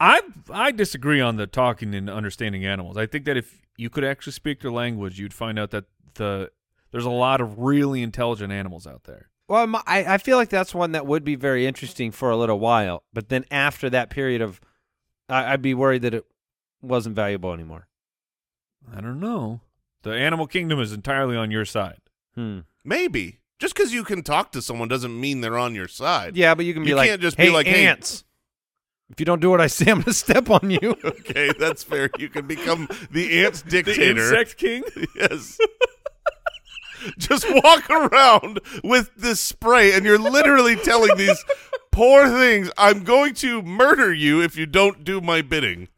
Speaker 3: I I disagree on the talking and understanding animals. I think that if you could actually speak their language, you'd find out that the there's a lot of really intelligent animals out there.
Speaker 5: Well, I'm- I, I feel like that's one that would be very interesting for a little while, but then after that period of, I, I'd be worried that it wasn't valuable anymore.
Speaker 3: I don't know. The animal kingdom is entirely on your side.
Speaker 5: Hmm.
Speaker 4: Maybe just because you can talk to someone doesn't mean they're on your side.
Speaker 5: Yeah, but you can be
Speaker 4: You
Speaker 5: like,
Speaker 4: can't just be
Speaker 5: hey,
Speaker 4: like, hey-
Speaker 5: ants. If you don't do what I say, I'm gonna step on you.
Speaker 4: Okay, that's fair. You can become the ants
Speaker 3: The
Speaker 4: dictator.
Speaker 3: insect king.
Speaker 4: Yes. Just walk around with this spray, and you're literally telling these poor things, "I'm going to murder you if you don't do my bidding."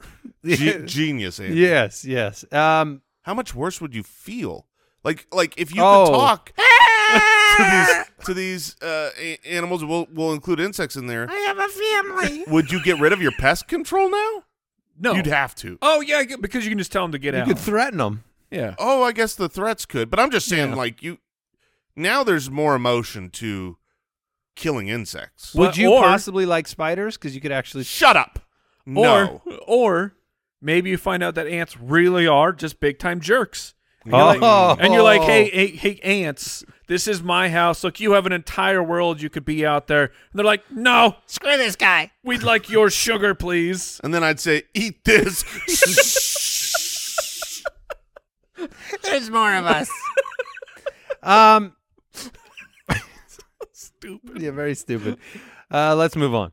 Speaker 4: Ge- genius, Andy.
Speaker 5: yes, yes. Um,
Speaker 4: How much worse would you feel? Like, like if you
Speaker 5: Oh.
Speaker 4: could talk to these to these uh, a- animals, we'll we'll include insects in there. I have a family. Would you get rid of your pest control now?
Speaker 3: No,
Speaker 4: You'd have to.
Speaker 3: Oh yeah, I get- because you can just tell them to get
Speaker 5: you
Speaker 3: out.
Speaker 5: could threaten them.
Speaker 3: yeah.
Speaker 4: Oh, I guess the threats could, but I'm just saying,
Speaker 3: Yeah.
Speaker 4: like you, now there's more emotion to killing insects.
Speaker 3: Well,
Speaker 5: Would you
Speaker 3: or-
Speaker 5: possibly like spiders? Because you could actually.
Speaker 4: Shut up. no.
Speaker 3: Or or maybe you find out that ants really are just big time jerks. And you're,
Speaker 5: Oh.
Speaker 3: like, and you're like, hey, hey, hey, ants, this is my house. Look, you have an entire world you could be out there. And they're like, no, screw this guy. We'd like your sugar, please.
Speaker 4: And then I'd say, eat this.
Speaker 5: Um, stupid. Yeah, very stupid. Uh, let's move on.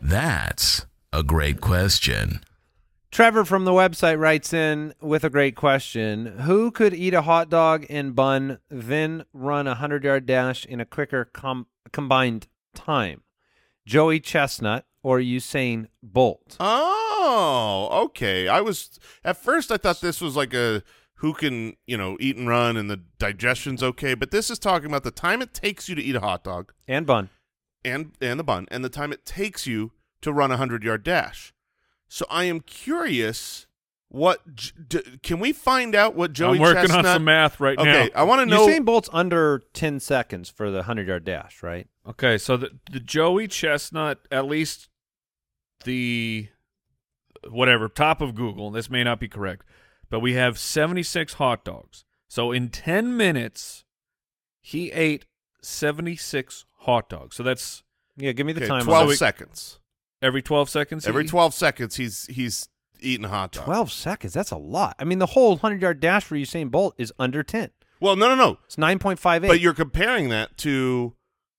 Speaker 1: That's a great question.
Speaker 5: Trevor from the website writes in with a great question Who could eat a hot dog and bun, then run a 100 yard dash in a quicker com- combined time? Joey Chestnut or Usain Bolt?
Speaker 4: Oh, okay. I was at first I thought this was like a who can, you know, eat and run and the digestion's okay, but this is talking about the time it takes you to eat a hot dog
Speaker 5: And bun.
Speaker 4: and and the bun and the time it takes you to run a 100-yard dash. So I am curious what J- d- can we find out what Joey
Speaker 3: I'm working
Speaker 4: Chestnut
Speaker 3: on some math right
Speaker 4: okay,
Speaker 3: now.
Speaker 4: I want to know
Speaker 5: Usain Bolt's under 10 seconds for the 100 yard dash, right?
Speaker 3: Okay, so the, the Joey Chestnut, at least the whatever top of Google. This may not be correct, but we have 76 hot dogs. So in 10 minutes, he ate 76 hot dogs. So that's
Speaker 5: Yeah, give me the
Speaker 4: okay,
Speaker 5: time. on
Speaker 4: 12
Speaker 5: that.
Speaker 4: seconds.
Speaker 3: every 12 seconds. he-
Speaker 4: Every 12 seconds he's he's eating a hot dog.
Speaker 5: 12 seconds. That's a lot. I mean, the whole 100 yard dash for Usain Bolt is under 10.
Speaker 4: Well, no no no.
Speaker 5: It's 9.58.
Speaker 4: But you're comparing that to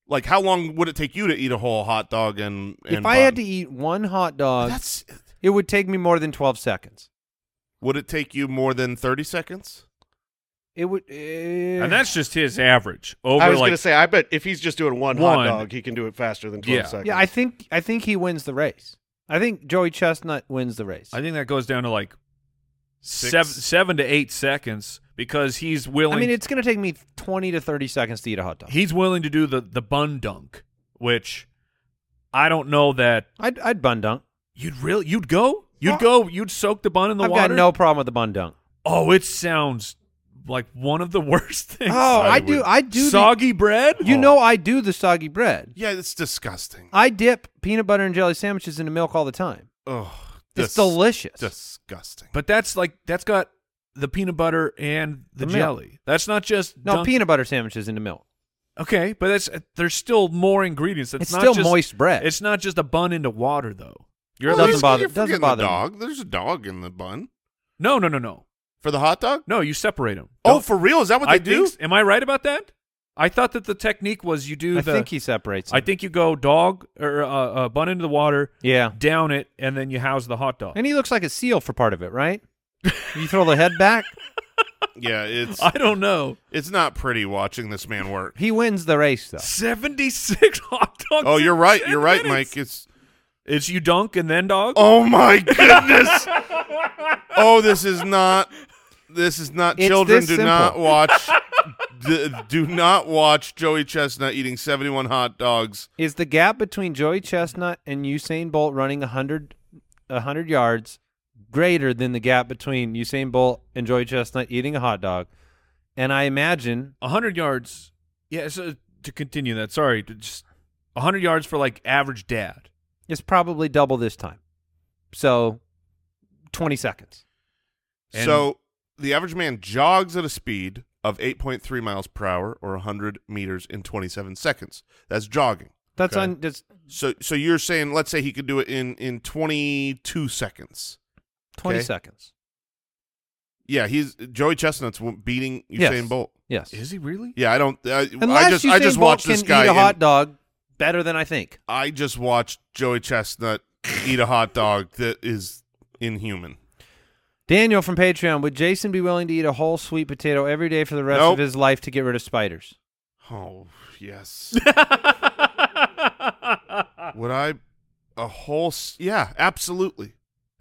Speaker 4: like how long would it take you to eat a whole hot dog and, and
Speaker 5: if I had
Speaker 4: bun?
Speaker 5: to eat one hot dog,
Speaker 4: That's
Speaker 5: it would take me more than 12 seconds.
Speaker 4: would it take you more than 30 seconds?
Speaker 5: It would. Uh,
Speaker 3: and that's just his average over
Speaker 6: I was
Speaker 3: like
Speaker 6: gonna say, I bet if he's just doing one,
Speaker 3: One.
Speaker 6: hot dog, he can do it faster than twelve
Speaker 3: Yeah.
Speaker 6: seconds.
Speaker 5: Yeah, I think I think he wins the race. I think Joey Chestnut wins the race.
Speaker 3: I think that goes down to like
Speaker 4: Six.
Speaker 3: seven, seven to eight seconds because he's willing.
Speaker 5: I mean, it's going to take me 20 to 30 seconds to eat a hot dog.
Speaker 3: he's willing to do the the bun dunk, which I don't know that
Speaker 5: I'd, I'd bun dunk.
Speaker 3: you'd really you'd go you'd go you'd soak the bun in the
Speaker 5: I've
Speaker 3: water.
Speaker 5: got no problem with the bun dunk.
Speaker 3: Oh, it sounds like one of the worst things.
Speaker 5: Oh, I do.
Speaker 4: would-
Speaker 5: I do. the-
Speaker 3: soggy Oh. bread.
Speaker 5: you know, I do the soggy bread.
Speaker 4: Yeah, it's disgusting.
Speaker 5: I dip peanut butter and jelly sandwiches into milk all the time.
Speaker 4: Oh,
Speaker 5: It's delicious.
Speaker 4: Disgusting.
Speaker 3: but that's like that's got the peanut butter and the,
Speaker 5: The milk.
Speaker 3: jelly. That's not just
Speaker 5: No,
Speaker 3: dunk-
Speaker 5: peanut butter sandwiches into milk.
Speaker 3: Okay, but that's there's still more ingredients. That's
Speaker 5: It's
Speaker 3: not
Speaker 5: still
Speaker 3: just-
Speaker 5: moist bread.
Speaker 3: It's not just a bun into water though.
Speaker 5: Well, doesn't
Speaker 4: you're-
Speaker 5: bother-
Speaker 4: you're
Speaker 5: doesn't
Speaker 4: forgetting
Speaker 5: bother
Speaker 4: The
Speaker 5: me.
Speaker 4: dog. There's a dog in the bun
Speaker 3: No, no, no, no,
Speaker 4: for the hot dog.
Speaker 3: no. You separate them.
Speaker 4: Oh, for real? Is that what
Speaker 3: I
Speaker 4: they do?
Speaker 3: think- am I right about that? I thought that the technique was you do
Speaker 5: I
Speaker 3: the.
Speaker 5: think he separates.
Speaker 3: I
Speaker 5: them.
Speaker 3: think you go dog or uh, uh, bun into the water,
Speaker 5: Yeah.
Speaker 3: down it, and then you house the hot dog.
Speaker 5: And he looks like a seal for part of it, right? you throw the head back.
Speaker 4: yeah, it's
Speaker 3: I don't know.
Speaker 4: it's not pretty watching this man work.
Speaker 5: He wins the race though.
Speaker 3: Seventy six hot dogs.
Speaker 4: Oh,
Speaker 3: in
Speaker 4: you're right.
Speaker 3: 10
Speaker 4: You're right,
Speaker 3: minutes.
Speaker 4: Mike. It's
Speaker 3: It's you dunk and then dog.
Speaker 4: oh my goodness. oh, this is not. This is not.
Speaker 5: It's
Speaker 4: children
Speaker 5: this
Speaker 4: do
Speaker 5: simple.
Speaker 4: not watch. d- do not watch Joey Chestnut eating seventy-one hot dogs.
Speaker 5: Is the gap between Joey Chestnut and Usain Bolt running 100, 100 yards greater than the gap between Usain Bolt and Joey Chestnut eating a hot dog? And I imagine
Speaker 3: hundred yards. Yeah. So to continue that, sorry, to just hundred yards for like average dad.
Speaker 5: it's probably double this time. So 20 seconds.
Speaker 3: And-
Speaker 4: so the average man jogs at a speed of 8.3 miles per hour or 100 meters in 27 seconds. That's jogging.
Speaker 5: That's
Speaker 4: Okay.
Speaker 5: on that's
Speaker 4: So so you're saying let's say he could do it in in 22 seconds.
Speaker 5: 20
Speaker 4: Okay.
Speaker 5: seconds.
Speaker 4: Yeah, he's Joey Chestnut's w- beating Usain
Speaker 5: Yes.
Speaker 4: Bolt.
Speaker 5: Yes.
Speaker 3: Is he really?
Speaker 4: Yeah, I don't I,
Speaker 5: Unless
Speaker 4: I just
Speaker 5: Usain
Speaker 4: I just
Speaker 5: Bolt
Speaker 4: watched
Speaker 5: can
Speaker 4: this guy
Speaker 5: eat a
Speaker 4: and
Speaker 5: hot dog better than I think.
Speaker 4: I just watched Joey Chestnut eat a hot dog that is inhuman.
Speaker 5: Daniel from Patreon, would Jason be willing to eat a whole sweet potato every day for the rest
Speaker 4: Nope.
Speaker 5: of his life to get rid of spiders?
Speaker 4: Oh, yes. Would I a whole s- Yeah, absolutely.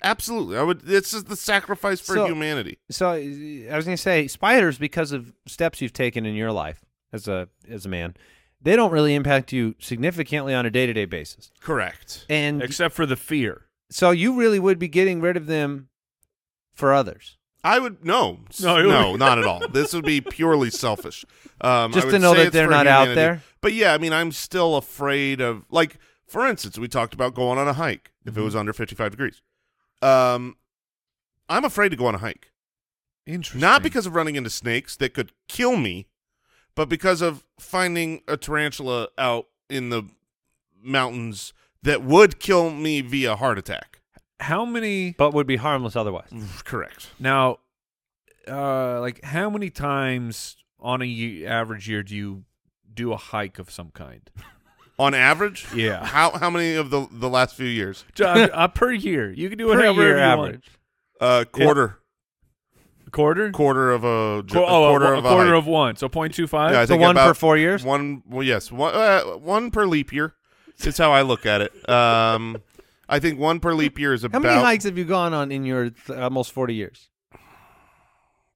Speaker 4: Absolutely, I would. This is the sacrifice for
Speaker 5: So-
Speaker 4: humanity.
Speaker 5: So uh, I was going to say spiders because of steps you've taken in your life as a as a man. They don't really impact you significantly on a day-to-day basis.
Speaker 4: Correct.
Speaker 5: And
Speaker 3: except for the fear.
Speaker 5: so you really would be getting rid of them for others.
Speaker 4: I would no,
Speaker 3: No,
Speaker 4: no,
Speaker 3: it
Speaker 4: no,
Speaker 3: would-
Speaker 4: not at all. This would be purely selfish. Um, I
Speaker 5: Just to
Speaker 4: would
Speaker 5: know
Speaker 4: say
Speaker 5: that
Speaker 4: it's
Speaker 5: they're
Speaker 4: for
Speaker 5: not out
Speaker 4: humanity.
Speaker 5: there?
Speaker 4: But yeah, I mean, I'm still afraid of like, for instance, we talked about going on a hike if
Speaker 5: Mm-hmm.
Speaker 4: it was under 55 degrees. Um, I'm afraid to go on a hike,
Speaker 3: Interesting.
Speaker 4: not because of running into snakes that could kill me, but because of finding a tarantula out in the mountains that would kill me via heart attack.
Speaker 3: how many
Speaker 5: But would be harmless otherwise.
Speaker 4: Mm-hmm. Correct.
Speaker 3: now? Uh, like how many times on a ye- average year do you do a hike of some kind?
Speaker 4: On average,
Speaker 3: Yeah.
Speaker 4: How how many of the the last few years?
Speaker 3: Ju- uh, per year, you can do whatever
Speaker 5: year
Speaker 3: you
Speaker 5: average.
Speaker 4: Uh, quarter.
Speaker 3: want. Quarter,
Speaker 4: quarter of a,
Speaker 3: Qu-
Speaker 4: a
Speaker 3: oh,
Speaker 4: quarter
Speaker 3: a,
Speaker 4: of a
Speaker 3: quarter
Speaker 4: hike.
Speaker 3: of one, so 0.25?
Speaker 4: Yeah, I
Speaker 5: So
Speaker 4: think
Speaker 5: one per
Speaker 4: about
Speaker 5: four years?
Speaker 4: One, well, yes, one, uh, one per leap year. It's how I look at it. Um, I think one per leap year is
Speaker 5: How
Speaker 4: about
Speaker 5: many hikes have you gone on in your th- almost 40 years?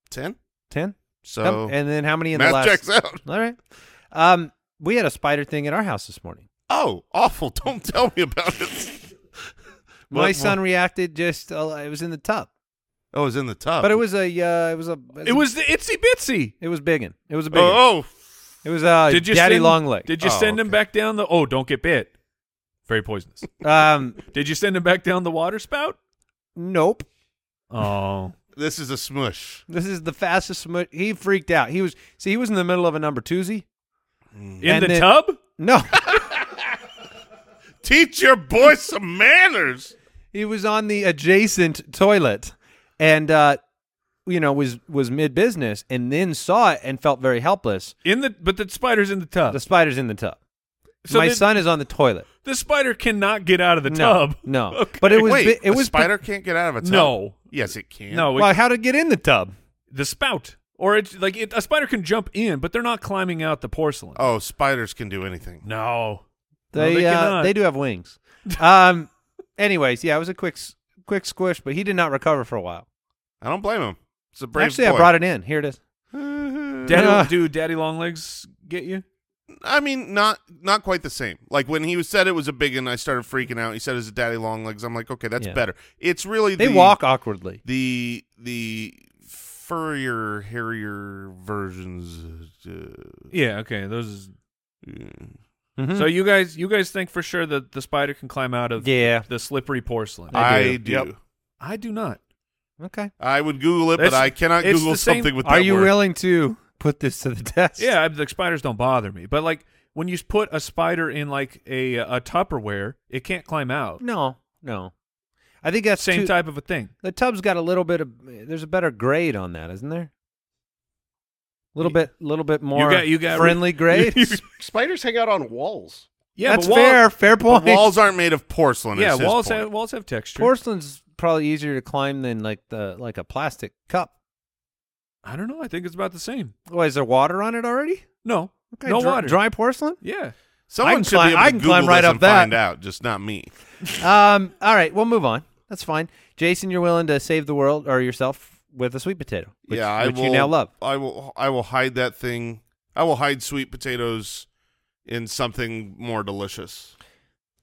Speaker 4: ten.
Speaker 5: 10?
Speaker 4: So
Speaker 5: and then how many in the
Speaker 4: math
Speaker 5: last
Speaker 4: checks out.
Speaker 5: All right. Um we had a spider thing at our house this morning.
Speaker 4: Oh, awful! Don't tell me about it.
Speaker 5: My
Speaker 4: What-
Speaker 5: son reacted just uh, it was in the tub.
Speaker 4: Oh, it was in the tub.
Speaker 5: But it was a uh, it was a
Speaker 3: It was the itsy bitsy.
Speaker 5: it was biggin. It was a big.
Speaker 4: Oh, oh,
Speaker 5: It was uh,
Speaker 3: Did you
Speaker 5: daddy
Speaker 3: send,
Speaker 5: long leg.
Speaker 3: Did you
Speaker 4: Oh,
Speaker 3: send him
Speaker 4: okay.
Speaker 3: back down the? Oh, don't get bit. Very poisonous.
Speaker 5: um,
Speaker 3: did you send him back down the water spout?
Speaker 5: nope.
Speaker 3: Oh,
Speaker 4: this is a smush.
Speaker 5: This is the fastest. Sm- he freaked out. He was see he was in the middle of a number twosie.
Speaker 3: in
Speaker 5: And
Speaker 3: the
Speaker 5: then-
Speaker 3: tub?
Speaker 5: No,
Speaker 4: Teach your boy some manners.
Speaker 5: he was on the adjacent toilet, and uh, you know was was mid business, and then saw it and felt very helpless.
Speaker 3: In the but the spider's in the tub.
Speaker 5: The spider's in the tub.
Speaker 3: So
Speaker 5: My
Speaker 3: the-
Speaker 5: son is on the toilet.
Speaker 3: The spider cannot get out of the
Speaker 5: no,
Speaker 3: tub.
Speaker 5: No,
Speaker 3: Okay.
Speaker 5: but it was
Speaker 4: Wait,
Speaker 5: bi-
Speaker 4: a
Speaker 5: it was
Speaker 4: spider can't get out of a tub.
Speaker 3: No.
Speaker 4: Yes, it can.
Speaker 3: no, it-
Speaker 5: Well, how to get in the tub?
Speaker 3: the spout or it's like it, a spider can jump in, but they're not climbing out the porcelain.
Speaker 4: Oh, spiders can do anything.
Speaker 3: No, No,
Speaker 5: They
Speaker 3: they
Speaker 5: uh,
Speaker 3: cannot.
Speaker 5: they do have wings. Um. anyways, yeah, it was a quick s- quick squish, but he did not recover for a while.
Speaker 4: I don't blame him. It's a brave
Speaker 5: Actually,
Speaker 4: boy.
Speaker 5: I brought it in. Here it is.
Speaker 3: Daddy,
Speaker 5: Uh.
Speaker 3: do daddy long legs get you?
Speaker 4: I mean, not not quite the same. Like when he was said it was a big and I started freaking out. He said it's a daddy long legs. I'm like, okay, that's
Speaker 5: Yeah.
Speaker 4: better. It's really
Speaker 5: They
Speaker 4: the,
Speaker 5: walk awkwardly.
Speaker 4: the the furrier, hairier versions. Uh,
Speaker 3: Yeah, okay, those. Is,
Speaker 4: yeah.
Speaker 5: Mhm.
Speaker 3: So you guys, you guys think for sure that the spider can climb out of
Speaker 5: yeah.
Speaker 3: the slippery porcelain? I,
Speaker 4: I do.
Speaker 6: do. Yep.
Speaker 3: do not.
Speaker 5: Okay.
Speaker 4: I would Google it, but
Speaker 3: That's-
Speaker 4: I cannot
Speaker 3: it's
Speaker 4: Google
Speaker 3: the same-
Speaker 4: something with that
Speaker 5: Are you
Speaker 4: word.
Speaker 5: willing to put this to the test?
Speaker 3: Yeah, I- the spiders don't bother me, but like when you put a spider in like a a Tupperware, it can't climb out.
Speaker 5: No. No. I think Mm, that's
Speaker 3: Same
Speaker 5: too-
Speaker 3: type of a thing.
Speaker 5: The tub's got a little bit of. There's a better grade on that, isn't there? A little bit, little bit more
Speaker 3: got- you got-
Speaker 5: friendly grade.
Speaker 3: you-
Speaker 6: Spiders hang out on walls.
Speaker 3: Yeah,
Speaker 5: that's
Speaker 3: but wall-
Speaker 5: fair. Fair
Speaker 4: But
Speaker 5: point.
Speaker 4: walls aren't made of porcelain.
Speaker 3: Yeah,
Speaker 4: is his
Speaker 3: walls
Speaker 4: point.
Speaker 3: have, walls have texture.
Speaker 5: Porcelain's probably easier to climb than like the like a plastic cup.
Speaker 3: I don't know. I think it's about the same.
Speaker 5: Oh, is there water on it already?
Speaker 3: No,
Speaker 5: Okay,
Speaker 3: no
Speaker 5: dry,
Speaker 3: water.
Speaker 5: Dry porcelain.
Speaker 3: Yeah.
Speaker 4: Someone
Speaker 5: I can
Speaker 4: should
Speaker 5: climb-
Speaker 4: be able
Speaker 5: I
Speaker 4: to
Speaker 5: can
Speaker 4: Google
Speaker 5: climb right
Speaker 4: this
Speaker 5: up
Speaker 4: and
Speaker 5: that.
Speaker 4: find out, just not me.
Speaker 5: um. All right, we'll move on. That's fine. Jason, you're willing to save the world or yourself with a sweet potato, which,
Speaker 4: yeah, I
Speaker 5: which
Speaker 4: will,
Speaker 5: you now love.
Speaker 4: I will. I will hide that thing. I will hide sweet potatoes in something more delicious.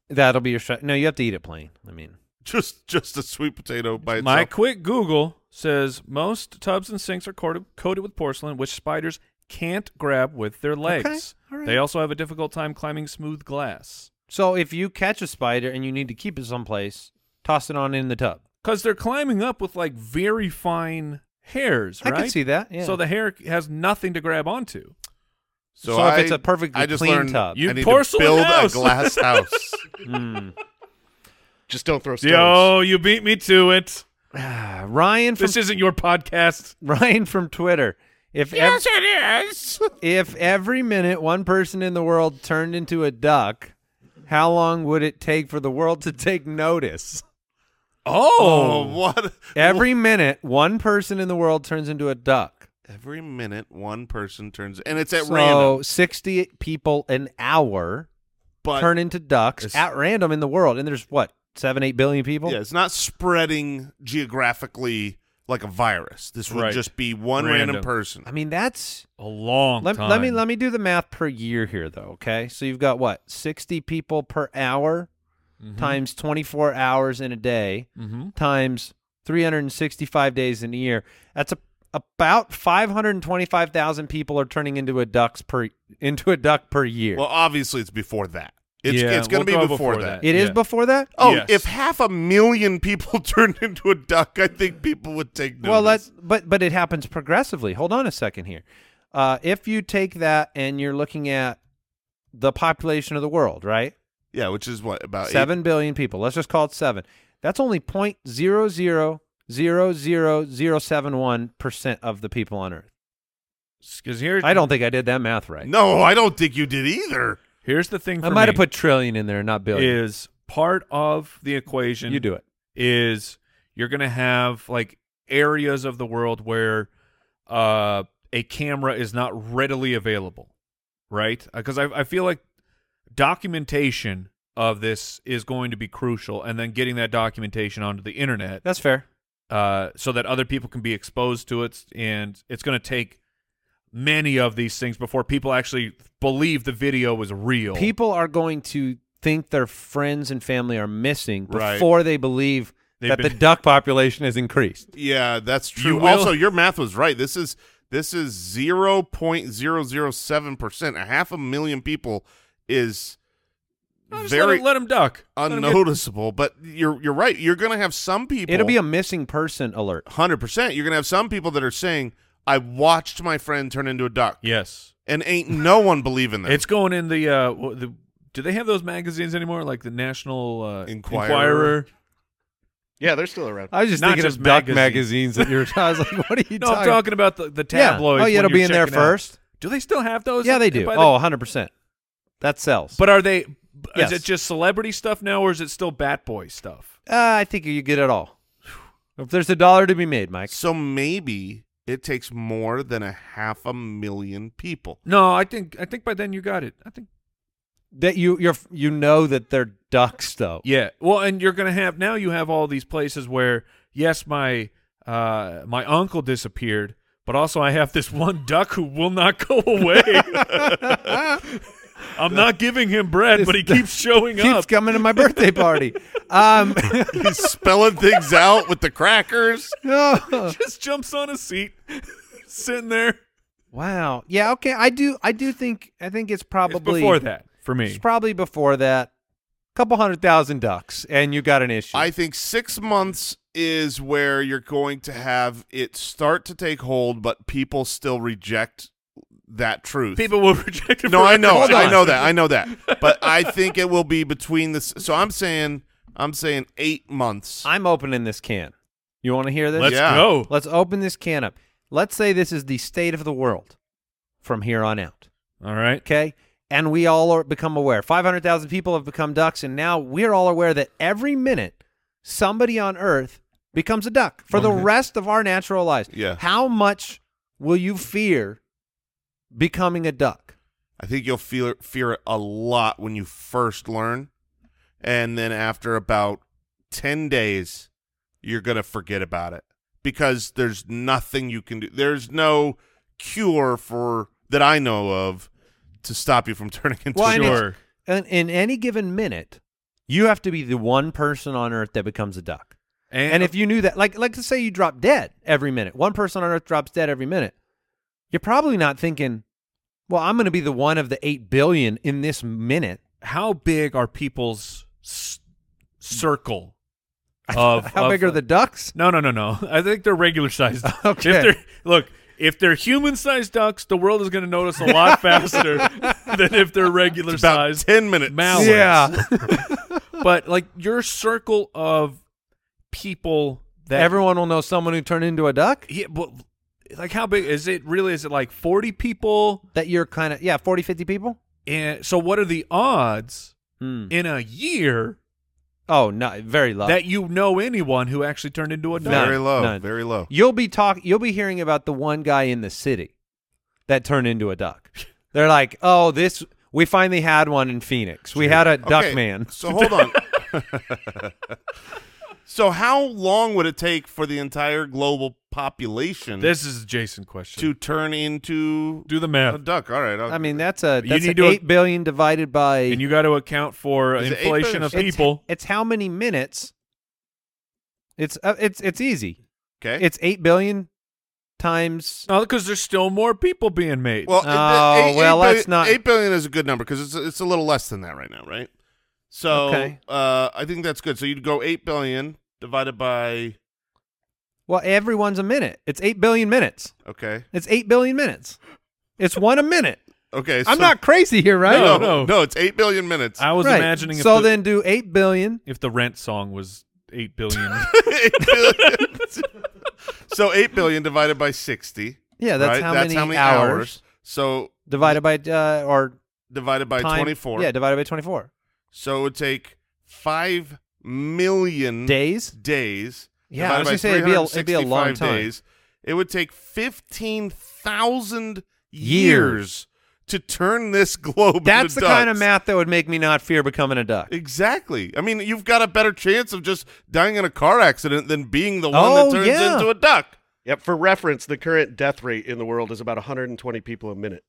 Speaker 5: That'll be your shot. No, you have to eat it plain. I mean,
Speaker 4: Just, just a sweet potato by itself.
Speaker 3: My quick Google says most tubs and sinks are coated, coated with porcelain, which spiders can't grab with their legs.
Speaker 5: all right.
Speaker 3: They also have a difficult time climbing smooth glass
Speaker 5: so if you catch a spider and you need to keep it someplace, toss it on in the tub.
Speaker 3: because they're climbing up with like very fine hairs.
Speaker 5: I
Speaker 3: Right?
Speaker 5: could see that, yeah.
Speaker 3: So the hair has nothing to grab onto.
Speaker 5: So if it's a perfectly
Speaker 4: I just
Speaker 5: clean
Speaker 4: learned
Speaker 5: tub.
Speaker 4: I
Speaker 3: You
Speaker 4: need to
Speaker 3: porcelain
Speaker 4: build
Speaker 3: house.
Speaker 4: a glass house.
Speaker 5: Mm.
Speaker 6: Just don't throw stones.
Speaker 3: Yo, you beat me to it.
Speaker 5: Ah, Ryan from
Speaker 3: This isn't your podcast.
Speaker 5: Ryan from Twitter. If yes, it is. If every minute one person in the world turned into a duck, how long would it take for the world to take notice?
Speaker 4: oh, what?
Speaker 5: Every minute one person in the world turns into a duck.
Speaker 4: Every minute, one person turns, and it's at
Speaker 5: so
Speaker 4: random.
Speaker 5: sixty people an hour
Speaker 4: But
Speaker 5: turn into ducks
Speaker 4: It's-
Speaker 5: at random in the world, and there's what seven, eight billion people.
Speaker 4: Yeah, it's not spreading geographically like a virus. This would
Speaker 3: Right.
Speaker 4: just be one random,
Speaker 3: Random.
Speaker 4: person.
Speaker 5: I mean, that's
Speaker 3: A long
Speaker 5: let,
Speaker 3: time.
Speaker 5: let me let me do the math per year here, though. Okay, so you've got what sixty people per hour
Speaker 3: Mm-hmm.
Speaker 5: times twenty four hours in a day
Speaker 3: hmm
Speaker 5: times three hundred and sixty five days in a year. That's a, about five hundred and twenty five thousand people are turning into a ducks per into a duck per year.
Speaker 4: Well, obviously it's before that. It's
Speaker 3: Yeah,
Speaker 4: it's going to
Speaker 3: we'll
Speaker 4: be
Speaker 3: go
Speaker 4: before,
Speaker 3: before
Speaker 4: that.
Speaker 3: that.
Speaker 5: It is
Speaker 3: yeah.
Speaker 5: before that.
Speaker 4: Oh,
Speaker 3: Yes.
Speaker 4: if half a million people turned into a duck, I think people would take notice.
Speaker 5: Well, let's but but it happens progressively. Hold on a second here. Uh, if you take that and you're looking at the population of the world, right?
Speaker 4: yeah, which is what
Speaker 3: Uh,
Speaker 4: about eight-
Speaker 5: Seven billion people. Let's just call it seven. That's only point zero zero zero zero zero seven one percent of the people on Earth.
Speaker 3: Because here's
Speaker 5: I don't think I did that math right.
Speaker 4: No, I don't think you did either.
Speaker 3: here's the thing. For
Speaker 5: I might have
Speaker 3: me
Speaker 5: put trillion in there, not billion.
Speaker 3: is part of the equation.
Speaker 5: you do it.
Speaker 3: is you're going to have like areas of the world where uh, a camera is not readily available, right? Because I, I feel like documentation of this is going to be crucial, and then getting that documentation onto the internet
Speaker 5: That's fair.
Speaker 3: uh, so that other people can be exposed to it, and it's going to take many of these things before people actually believe the video was real.
Speaker 5: People are going to think their friends and family are missing
Speaker 3: Right.
Speaker 5: before they believe
Speaker 3: They've
Speaker 5: that
Speaker 3: been-
Speaker 5: the duck population has increased.
Speaker 4: Yeah, that's
Speaker 3: You
Speaker 4: true.
Speaker 3: will-
Speaker 4: also, your math was right. This is this is zero point zero zero seven percent. A half a million people is
Speaker 3: Oh, just
Speaker 4: very
Speaker 3: let them duck. Let 'em get-
Speaker 4: unnoticeable. but you're you're right. You're gonna have some people.
Speaker 5: It'll be a missing person alert.
Speaker 4: hundred percent. You're gonna have some people that are saying, "I watched my friend turn into a duck,"
Speaker 3: yes.
Speaker 4: and ain't no one believing them.
Speaker 3: It's going in the uh wha- the do they have those magazines anymore like the National uh,
Speaker 4: Enquirer.
Speaker 6: Yeah, they're still around.
Speaker 5: I was just
Speaker 3: Not
Speaker 5: thinking
Speaker 3: just
Speaker 5: of duck
Speaker 3: magazines.
Speaker 5: magazines that you're. I was like, what are you
Speaker 3: No,
Speaker 5: talking?
Speaker 3: I'm talking about the, the tabloids.
Speaker 5: Yeah. Oh, yeah,
Speaker 3: when
Speaker 5: it'll
Speaker 3: you're
Speaker 5: be in there
Speaker 3: checking out.
Speaker 5: first.
Speaker 3: Do they still have those?
Speaker 5: Yeah, they do.
Speaker 3: By the-
Speaker 5: Oh, 100 percent. That sells.
Speaker 3: but are they b-
Speaker 5: Yes.
Speaker 3: is it just celebrity stuff now or is it still Bat Boy stuff?
Speaker 5: uh, I think you get it all. If there's a dollar to be made, Mike.
Speaker 4: so maybe it takes more than a half a million people.
Speaker 3: No, I think I think by then you got it. I think
Speaker 5: That you you're you know that they're ducks though.
Speaker 3: Yeah. Well, and you're going to have now you have all these places where yes, my uh my uncle disappeared, but also I have this one duck who will not go away. I'm not giving him bread, but he keeps showing
Speaker 5: Keeps
Speaker 3: up.
Speaker 5: coming to my birthday party. um,
Speaker 4: He's spelling things out with the crackers.
Speaker 5: no.
Speaker 3: just jumps on a seat, sitting there.
Speaker 5: Wow. Yeah. Okay. I do. I do think. I think it's
Speaker 3: it's
Speaker 5: probably
Speaker 3: before that for
Speaker 5: It's
Speaker 3: me.
Speaker 5: probably before that. Couple hundred thousand ducks, and you got an issue.
Speaker 4: I think six months is where you're going to have it start to take hold, but people still reject that truth.
Speaker 3: People will reject it.
Speaker 4: no, I know,
Speaker 3: forever.
Speaker 4: I know that, I know that, but I think it will be between this. So I'm saying, I'm saying eight months.
Speaker 5: I'm opening this can. You want to hear this?
Speaker 3: Let's
Speaker 4: Yeah.
Speaker 3: go.
Speaker 5: Let's open this can up. Let's say this is the state of the world from here on out.
Speaker 3: All right.
Speaker 5: Okay. And we all are become aware. 500,000 people have become ducks. And now we're all aware that every minute somebody on Earth becomes a duck for the rest of our natural lives.
Speaker 4: Yeah.
Speaker 5: How much will you fear becoming a duck?
Speaker 4: I think you'll feel it- fear it a lot when you first learn, and then after about ten days, you're gonna forget about it because there's nothing you can do. There's no cure for that I know of to stop you from turning into.
Speaker 5: Well,
Speaker 4: a
Speaker 5: and it's-
Speaker 4: shark.
Speaker 3: Sure.
Speaker 5: And in any given minute, you have to be the one person on Earth that becomes a duck. And, if you knew that, like, like to say you drop dead every minute, one person on Earth drops dead every minute. You're probably not thinking, "Well, I'm going to be the one of the eight billion in this minute."
Speaker 3: how big are people's s- circle of
Speaker 5: How
Speaker 3: of-
Speaker 5: big are the ducks?
Speaker 3: No, no, no, no. I think they're regular sized.
Speaker 5: Okay.
Speaker 3: If they're, look, if they're human sized ducks, the world is going to notice a lot faster than if they're regular
Speaker 4: It's about
Speaker 3: sized
Speaker 4: ten minutes.
Speaker 3: mallets. But like your circle of people that
Speaker 5: everyone will know someone who turned into a duck.
Speaker 3: yeah, but like how big is it really? Is it like forty people?
Speaker 5: That you're kind of yeah, 40, 50 people.
Speaker 3: And so, what are the odds
Speaker 5: Hmm.
Speaker 3: in a year
Speaker 5: Oh no, very low.
Speaker 3: that you know anyone who actually turned into a duck?
Speaker 4: Uh, Very
Speaker 5: None,
Speaker 4: low.
Speaker 5: none.
Speaker 4: Very low.
Speaker 5: you'll be talk. You'll be hearing about the one guy in the city that turned into a duck. They're like, "Oh, this." We finally had one in Phoenix. We had a duck
Speaker 4: Okay,
Speaker 5: man.
Speaker 4: So hold on. so how long would it take for the entire global population?
Speaker 3: This is a Jason question.
Speaker 4: to turn into
Speaker 3: Do the math.
Speaker 4: a duck. All right, I'll-
Speaker 5: I mean, that's a
Speaker 3: You
Speaker 5: that's
Speaker 3: need
Speaker 5: eight
Speaker 3: to-
Speaker 5: billion divided by
Speaker 3: and you got to account for
Speaker 4: Is it eight
Speaker 3: inflation of
Speaker 4: minutes?
Speaker 5: it's,
Speaker 3: people.
Speaker 5: It's how many minutes. It's uh, it's it's easy.
Speaker 4: okay.
Speaker 5: It's eight billion times.
Speaker 3: No, because there's still more people being made.
Speaker 4: well,
Speaker 5: Oh, well, let's not-
Speaker 4: Eight billion is a good number because it's it's a little less than that right now, right? So
Speaker 5: Okay.
Speaker 4: uh, I think that's good. So you'd go eight billion divided by
Speaker 5: Well, everyone's a minute. It's eight billion minutes.
Speaker 4: okay,
Speaker 5: It's eight billion minutes. It's one a minute.
Speaker 4: okay.
Speaker 5: I'm
Speaker 4: so-
Speaker 5: not crazy here, right?
Speaker 4: No,
Speaker 3: No,
Speaker 4: no,
Speaker 3: no.
Speaker 4: no. It's eight billion minutes.
Speaker 3: I was
Speaker 5: Right.
Speaker 3: imagining if
Speaker 5: So
Speaker 3: the,
Speaker 5: then, do eight billion.
Speaker 3: if the rent song was eight billion.
Speaker 4: Eight billion. so eight billion divided by sixty.
Speaker 5: Yeah, that's,
Speaker 4: right?
Speaker 5: how,
Speaker 4: that's
Speaker 5: many
Speaker 4: how many
Speaker 5: hours,
Speaker 4: So
Speaker 5: divided by uh, or
Speaker 4: divided by
Speaker 5: time-
Speaker 4: twenty-four. Mm-hmm.
Speaker 5: Yeah, divided by twenty-four
Speaker 4: So it would take five million
Speaker 5: days.
Speaker 4: days.
Speaker 5: Yeah, I
Speaker 4: divided
Speaker 5: was
Speaker 4: by
Speaker 5: gonna say it'd be a- it'd be a
Speaker 4: 365
Speaker 5: long time.
Speaker 4: Days, it would take fifteen thousand years
Speaker 5: Years.
Speaker 4: to turn this globe.
Speaker 5: That's
Speaker 4: into
Speaker 5: the kind of
Speaker 4: ducks.
Speaker 5: math that would make me not fear becoming a duck.
Speaker 4: Exactly. I mean, you've got a better chance of just dying in a car accident than being the one
Speaker 5: Oh,
Speaker 4: that turns
Speaker 5: yeah.
Speaker 4: into a duck.
Speaker 6: Yep. For reference, the current death rate in the world is about 120 people a minute.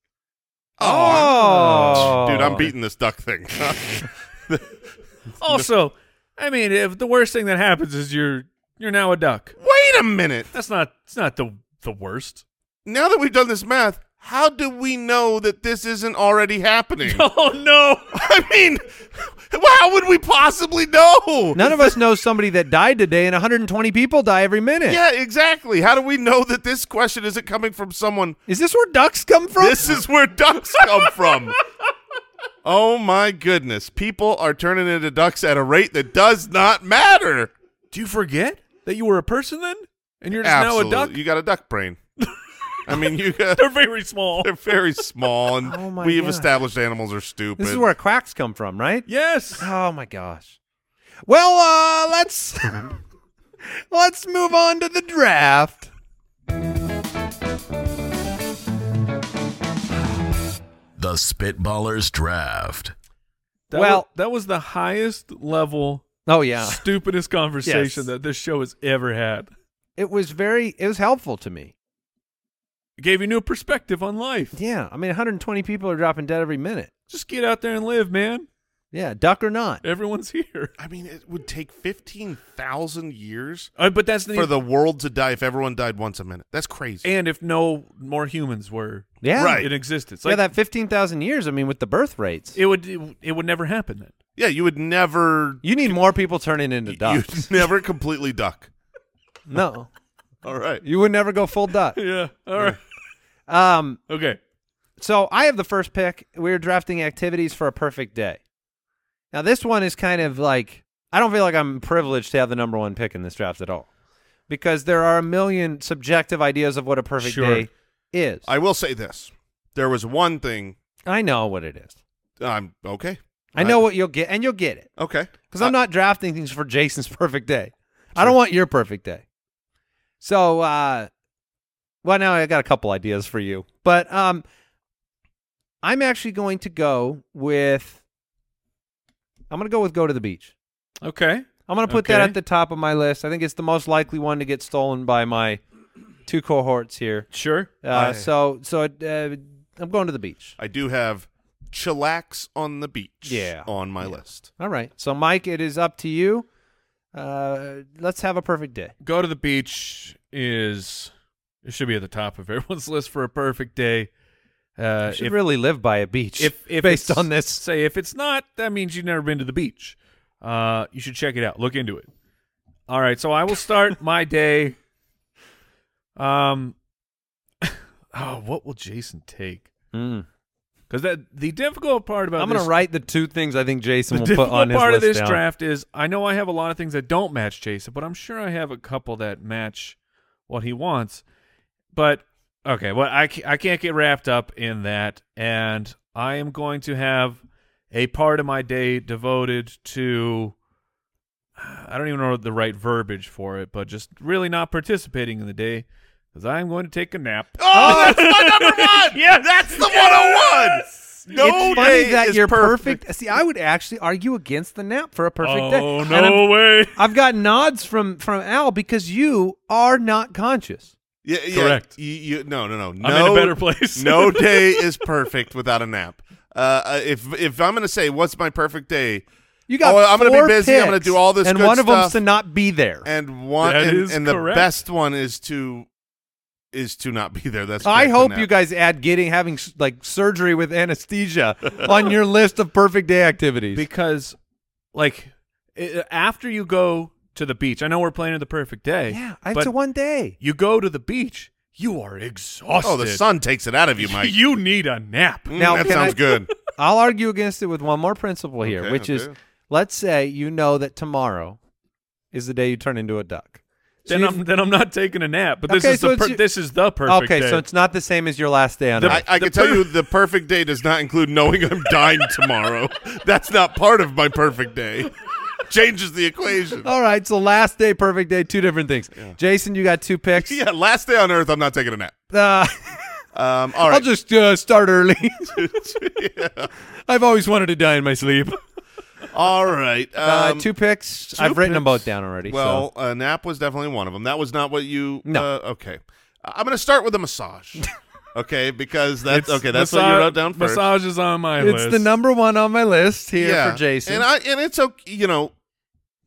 Speaker 5: Oh.
Speaker 4: dude, I'm beating this duck thing.
Speaker 3: also, I mean, if the worst thing that happens is you're you're now a duck,
Speaker 4: Wait a minute.
Speaker 3: that's not it's not the the worst.
Speaker 4: Now that we've done this math, how do we know that this isn't already happening?
Speaker 3: Oh no!
Speaker 4: I mean, how would we possibly know?
Speaker 5: None of us know somebody that died today, and 120 people die every minute.
Speaker 4: Yeah, exactly. How do we know that this question isn't coming from someone?
Speaker 5: Is this where ducks come from?
Speaker 4: This is where ducks come from. Oh my goodness. People are turning into ducks at a rate that does not matter.
Speaker 3: Do you forget that you were a person then, and you're just
Speaker 4: Absolutely.
Speaker 3: now a duck?
Speaker 4: You got a duck brain. I mean, you got,
Speaker 3: They're very small.
Speaker 4: they're very small, and
Speaker 5: Oh my
Speaker 4: we've
Speaker 5: God.
Speaker 4: established animals are stupid.
Speaker 5: This is where quacks come from, right?
Speaker 3: yes.
Speaker 5: Oh my gosh. Well, uh, let's let's move on to the draft.
Speaker 1: The Spitballers Draft.
Speaker 3: That
Speaker 5: Well-
Speaker 3: wa- that was the highest level,
Speaker 5: Oh yeah,
Speaker 3: stupidest conversation
Speaker 5: Yes.
Speaker 3: that this show has ever had.
Speaker 5: it was very it was helpful to me.
Speaker 3: It gave you new perspective on life.
Speaker 5: Yeah, I mean, 120 people are dropping dead every minute.
Speaker 3: Just get out there and live, man.
Speaker 5: Yeah, duck or not.
Speaker 3: Everyone's here.
Speaker 4: I mean, it would take 15,000 years
Speaker 3: Uh, but that's the,
Speaker 4: for the world to die if everyone died once a minute. That's crazy.
Speaker 3: and if no more humans were
Speaker 5: Yeah,
Speaker 4: Right.
Speaker 3: in existence,
Speaker 5: Yeah,
Speaker 3: like
Speaker 5: that 15,000 years. I mean, with the birth rates,
Speaker 3: it would it, would never happen then.
Speaker 4: yeah, you would never
Speaker 5: you need more people turning into
Speaker 4: You'd
Speaker 5: ducks.
Speaker 4: never completely duck.
Speaker 5: no,
Speaker 4: All right.
Speaker 5: you would never go full duck.
Speaker 3: Yeah. All right.
Speaker 5: Um,
Speaker 3: Okay.
Speaker 5: So I have the first pick. We're drafting activities for a perfect day. Now this one is kind of like I don't feel like I'm privileged to have the number one pick in this draft at all, because there are a million subjective ideas of what a perfect
Speaker 3: Sure.
Speaker 5: day is.
Speaker 4: I will say this. There was one thing.
Speaker 5: I know what it is.
Speaker 4: I'm okay.
Speaker 5: I know what you'll get, and you'll get it
Speaker 4: Okay.
Speaker 5: because I'm not drafting things for Jason's perfect day. I don't want your perfect day. So, uh, well, now I got a couple ideas for you, but um, I'm actually going to go with. I'm going to go with go to the beach.
Speaker 3: Okay.
Speaker 5: I'm going to put that
Speaker 3: Okay.
Speaker 5: at the top of my list. I think it's the most likely one to get stolen by my two cohorts here.
Speaker 3: Sure.
Speaker 5: Uh,
Speaker 4: Aye.
Speaker 5: so, so uh, I'm going to the beach.
Speaker 4: I do have chillax on the beach
Speaker 5: Yeah.
Speaker 4: on my list.
Speaker 5: All right. So, Mike, it is up to you. Uh, let's have a perfect day.
Speaker 3: Go to the beach is it should be at the top of everyone's list for a perfect day. Uh,
Speaker 5: You should
Speaker 3: if-
Speaker 5: really live by a beach.
Speaker 3: if, if
Speaker 5: based
Speaker 3: it's-
Speaker 5: on this,
Speaker 3: say if it's not that means you've never been to the beach uh you should check it out look into it all right so i will start my day um oh what will jason take Mm. because that the difficult part about
Speaker 5: I'm going
Speaker 3: this-
Speaker 5: to write the two things I think Jason
Speaker 3: the
Speaker 5: will put
Speaker 3: difficult
Speaker 5: on his
Speaker 3: part of
Speaker 5: list
Speaker 3: this
Speaker 5: down.
Speaker 3: draft is i know i have a lot of things that don't match jason but i'm sure i have a couple that match what he wants but okay well i, ca- I can't get wrapped up in that and i am going to have a part of my day devoted to i don't even know the right verbiage for it but just really not participating in the day because i'm going to take a nap
Speaker 4: Oh, that's my number one.
Speaker 3: Yes!
Speaker 4: That's the 101. Yes. No
Speaker 5: it's funny
Speaker 4: day
Speaker 5: that
Speaker 4: is
Speaker 5: you're
Speaker 4: perfect.
Speaker 5: perfect. See, I would actually argue against the nap for a perfect day.
Speaker 3: Oh,
Speaker 5: And
Speaker 3: no
Speaker 5: I'm-
Speaker 3: way.
Speaker 5: I've got nods from from Al because you are not conscious.
Speaker 4: Yeah, yeah,
Speaker 3: Correct.
Speaker 4: You, you, no, no, no.
Speaker 3: I'm in a
Speaker 4: no,
Speaker 3: better place.
Speaker 4: no day is perfect without a nap. Uh, Uh, if if I'm gonna say what's my perfect day,
Speaker 5: You got.
Speaker 4: Oh, I'm gonna be
Speaker 5: four
Speaker 4: busy, I'm gonna
Speaker 5: picks,
Speaker 4: do all this
Speaker 5: and
Speaker 4: good
Speaker 5: one of them's
Speaker 4: stuff.
Speaker 5: to not be there.
Speaker 4: and one
Speaker 3: That
Speaker 4: and,
Speaker 3: is
Speaker 4: and the
Speaker 3: correct.
Speaker 4: best one is to is to not be there. That's
Speaker 5: I
Speaker 4: correct,
Speaker 5: hope
Speaker 4: the
Speaker 5: you
Speaker 4: nap.
Speaker 5: guys add getting having s- like surgery with anesthesia on your list of perfect day activities.
Speaker 3: because like i- after you go to the beach, I know we're playing in the perfect day.
Speaker 5: yeah, it's
Speaker 3: but
Speaker 5: a one day.
Speaker 3: You go to the beach, you are exhausted.
Speaker 4: Oh, the sun takes it out of you, Mike.
Speaker 3: you need a nap.
Speaker 4: Mm,
Speaker 5: Now,
Speaker 4: that
Speaker 5: can I-
Speaker 4: sounds good.
Speaker 5: I'll argue against it with one more principle here,
Speaker 4: Okay,
Speaker 5: which is
Speaker 4: okay.
Speaker 5: let's say you know that tomorrow is the day you turn into a duck. So
Speaker 3: Then
Speaker 5: you've-
Speaker 3: I'm then I'm not taking a nap. But this
Speaker 5: Okay,
Speaker 3: is
Speaker 5: so
Speaker 3: the
Speaker 5: it's
Speaker 3: per-
Speaker 5: your-
Speaker 3: this is the perfect.
Speaker 5: okay,
Speaker 3: day.
Speaker 5: so it's not the same as your last day on
Speaker 3: The-
Speaker 5: Earth.
Speaker 4: I, I
Speaker 3: the
Speaker 4: can tell
Speaker 3: per-
Speaker 4: you the perfect day does not include knowing I'm dying tomorrow. That's not part of my perfect day. Changes the equation.
Speaker 5: All right, so last day, perfect day, two different things. Jason, you got two picks.
Speaker 4: Yeah, last day on earth, I'm not taking a nap.
Speaker 5: Uh,
Speaker 4: Um, all
Speaker 5: I'll
Speaker 4: right.
Speaker 5: just uh, start early. I've always wanted to die in my sleep.
Speaker 4: all right.
Speaker 5: uh,
Speaker 4: um,
Speaker 5: two picks.
Speaker 4: two
Speaker 5: I've written them
Speaker 4: picks.
Speaker 5: both down already.
Speaker 4: Well,
Speaker 5: so.
Speaker 4: uh, nap was definitely one of them. That was not what you.
Speaker 5: No.
Speaker 4: Uh, okay. I- I'm going to start with a massage. okay, because
Speaker 3: It's
Speaker 4: that's okay. That's
Speaker 3: massa-
Speaker 4: what you wrote down first.
Speaker 3: Massage is on my
Speaker 5: it's
Speaker 3: list.
Speaker 5: the number one on my list here
Speaker 4: yeah.
Speaker 5: for Jason.
Speaker 4: and I and it's okay. You know,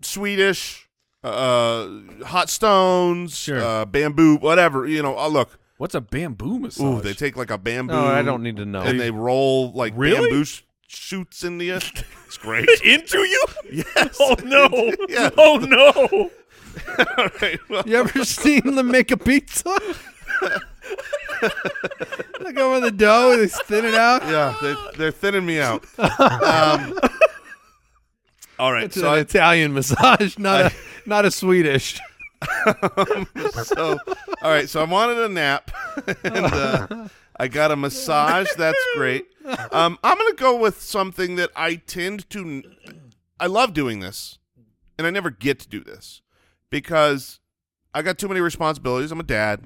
Speaker 4: Swedish, uh, hot stones,
Speaker 3: Sure.
Speaker 4: uh, bamboo, whatever. You know, oh look.
Speaker 3: What's a bamboo massage?
Speaker 4: Ooh, they take like a bamboo.
Speaker 5: no, Oh, I don't need to know.
Speaker 4: And they roll like
Speaker 3: Really?
Speaker 4: bamboo sh- shoots into you. It's great.
Speaker 3: into you?
Speaker 4: yes.
Speaker 3: Oh no!
Speaker 4: Yeah.
Speaker 3: Oh no!
Speaker 4: All right. Well,
Speaker 5: You ever seen them make a pizza? Look over the dough, they thin it out.
Speaker 4: Yeah, they, they're thinning me out. Um, all right,
Speaker 5: It's
Speaker 4: so
Speaker 5: an
Speaker 4: I,
Speaker 5: Italian massage, not a not a Swedish.
Speaker 4: so all right, so I wanted a nap, and uh, I got a massage. That's great. Um, I'm gonna go with something that I tend to. I love doing this, and I never get to do this because I got too many responsibilities. I'm a dad.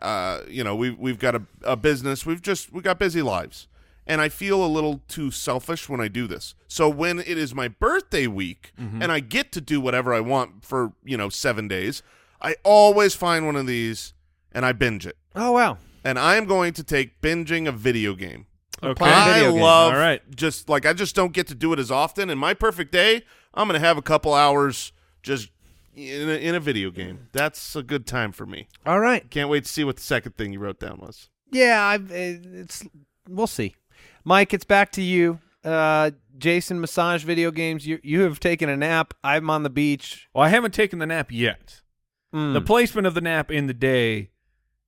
Speaker 4: Uh, you know, we've we've got a, a business. We've just we got busy lives, and I feel a little too selfish when I do this. So when it is my birthday week and I get to do whatever I want for you know seven days, I always find one of these and I binge it.
Speaker 5: Oh wow.
Speaker 4: And I am going to take binging a video game.
Speaker 3: Okay.
Speaker 4: I
Speaker 5: Video game.
Speaker 4: love
Speaker 3: All right.
Speaker 4: just like I just don't get to do it as often. And my perfect day, I'm gonna have a couple hours just in a, in a video game. That's a good time for me.
Speaker 5: All right.
Speaker 4: Can't wait to see what the second thing you wrote down was.
Speaker 5: Yeah, I've, it- it's we'll see. Mike, it's back to you. Uh, Jason, massage video games. You you have taken a nap. I'm on the beach.
Speaker 3: Well, I haven't taken the nap yet.
Speaker 5: Mm.
Speaker 3: The placement of the nap in the day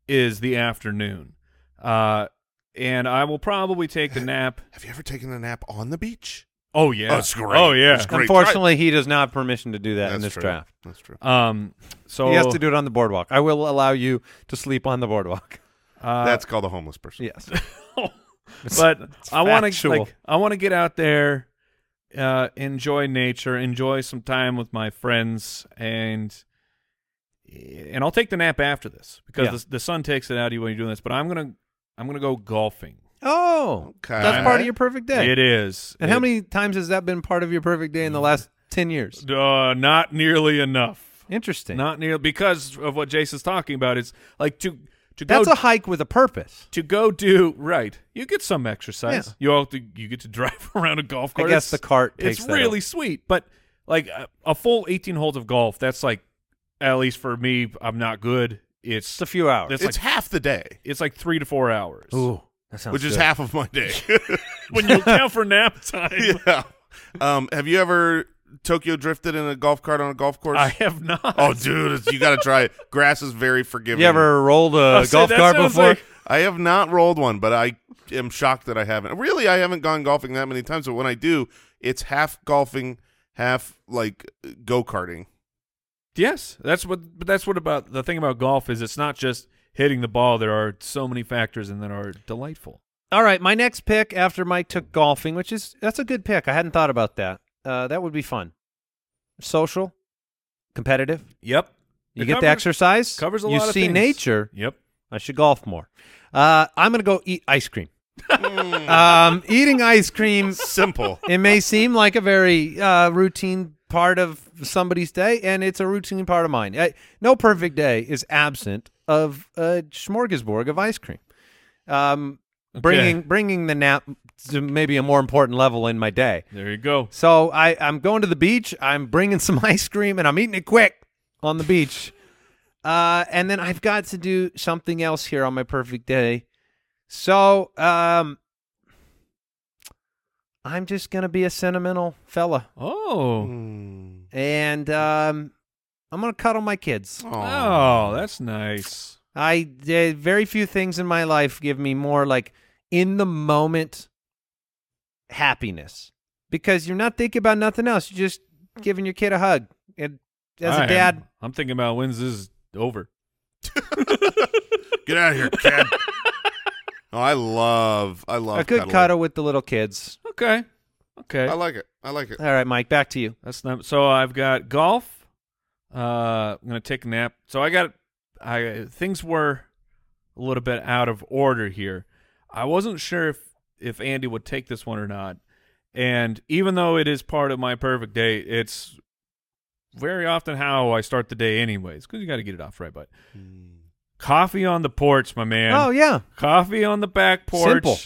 Speaker 3: is the afternoon, uh, and I will probably take the nap.
Speaker 4: Have you ever taken a nap on the beach?
Speaker 3: Oh yeah,
Speaker 4: Oh, it's great.
Speaker 3: Oh yeah.
Speaker 4: It's great.
Speaker 5: Unfortunately, he does not have permission to do that in
Speaker 4: That's
Speaker 5: this
Speaker 4: true.
Speaker 5: draft.
Speaker 4: That's true.
Speaker 3: Um, so
Speaker 5: He has to do it on the boardwalk. I will allow you to sleep on the boardwalk.
Speaker 3: Uh,
Speaker 4: That's called a homeless person.
Speaker 5: Yes.
Speaker 3: but I want to
Speaker 5: factual.
Speaker 3: like I want to get out there, uh, enjoy nature, enjoy some time with my friends, and and I'll take the nap after this because
Speaker 5: Yeah.
Speaker 3: the, the sun takes it out of you when you're doing this. But I'm gonna I'm gonna go golfing.
Speaker 5: Oh,
Speaker 4: Okay.
Speaker 5: that's part of your perfect day.
Speaker 3: It is.
Speaker 5: And how
Speaker 3: It-
Speaker 5: many times has that been part of your perfect day in the last 10 years?
Speaker 3: Uh, not nearly enough.
Speaker 5: Interesting.
Speaker 3: Not near because of what Jason's talking about. It's like to to go
Speaker 5: That's a hike with a purpose.
Speaker 3: to go do right. You get some exercise.
Speaker 5: Yeah.
Speaker 3: You all to, you get to drive around a golf
Speaker 5: I
Speaker 3: cart.
Speaker 5: guess the cart takes
Speaker 3: It's
Speaker 5: that
Speaker 3: really
Speaker 5: up.
Speaker 3: sweet, but like a, a full 18 holes of golf. That's like at least for me, I'm not good. It's
Speaker 5: It's a few hours.
Speaker 3: That's
Speaker 4: It's
Speaker 3: like
Speaker 4: half the day,
Speaker 3: it's like three to four hours,
Speaker 5: that sounds
Speaker 4: which is
Speaker 5: good.
Speaker 4: half of my day.
Speaker 3: when you count for nap time.
Speaker 4: yeah. Um, have you ever Tokyo drifted in a golf cart on a golf course?
Speaker 3: I have not.
Speaker 4: oh, dude, it's, you got to try it. Grass is very forgiving.
Speaker 5: You ever rolled a
Speaker 3: I'll say
Speaker 5: golf
Speaker 3: that
Speaker 5: cart
Speaker 3: sounds
Speaker 5: before?
Speaker 3: like-
Speaker 4: I have not rolled one, but I am shocked that I haven't. Really, I haven't gone golfing that many times, but when I do, it's half golfing, half like go karting.
Speaker 3: Yes, that's what. But that's what about the thing about golf is it's not just hitting the ball. There are so many factors and that are delightful.
Speaker 5: All right, my next pick after Mike took golfing, which is that's a good pick. I hadn't thought about that. Uh, that would be fun. Social, competitive.
Speaker 3: Yep,
Speaker 5: You
Speaker 3: It
Speaker 5: get the
Speaker 3: covers-
Speaker 5: exercise.
Speaker 3: Covers a
Speaker 5: you
Speaker 3: lot of
Speaker 5: see
Speaker 3: things.
Speaker 5: nature.
Speaker 3: Yep.
Speaker 5: I should golf more. Uh, I'm going to go eat ice cream.
Speaker 4: Hmm.
Speaker 5: um, eating ice cream.
Speaker 4: Simple.
Speaker 5: It may seem like a very uh, routine part of somebody's day, and it's a routine part of mine. I, no perfect day is absent of a smorgasbord of ice cream. Um, Bringing bringing the nap to maybe a more important level in my day.
Speaker 3: There you go.
Speaker 5: So I, I'm going to the beach. I'm bringing some ice cream and I'm eating it quick on the beach. Uh, and then I've got to do something else here on my perfect day. So um, I'm just going to be a sentimental fella.
Speaker 3: Oh.
Speaker 5: And um, I'm going to cuddle my kids.
Speaker 3: Oh, that's nice.
Speaker 5: I uh, very few things in my life give me more like in the moment happiness because you're not thinking about nothing else. You're just giving your kid a hug. And as
Speaker 3: I
Speaker 5: a
Speaker 3: am.
Speaker 5: dad,
Speaker 3: I'm thinking about when's this over.
Speaker 4: Get out of here, kid. oh, I love, I love
Speaker 5: a good
Speaker 4: cuddling.
Speaker 5: cuddle with the little kids.
Speaker 3: Okay. Okay.
Speaker 4: I like it. I like it.
Speaker 5: All right, Mike, back to you.
Speaker 3: That's not so. I've got golf. Uh, I'm gonna take a nap. So I got. I things were a little bit out of order here. I wasn't sure if if Andy would take this one or not. And even though it is part of my perfect day, it's very often how I start the day, anyways, because you got to get it off right. But coffee on the porch, my man.
Speaker 5: Oh yeah,
Speaker 3: coffee on the back porch.
Speaker 5: Simple.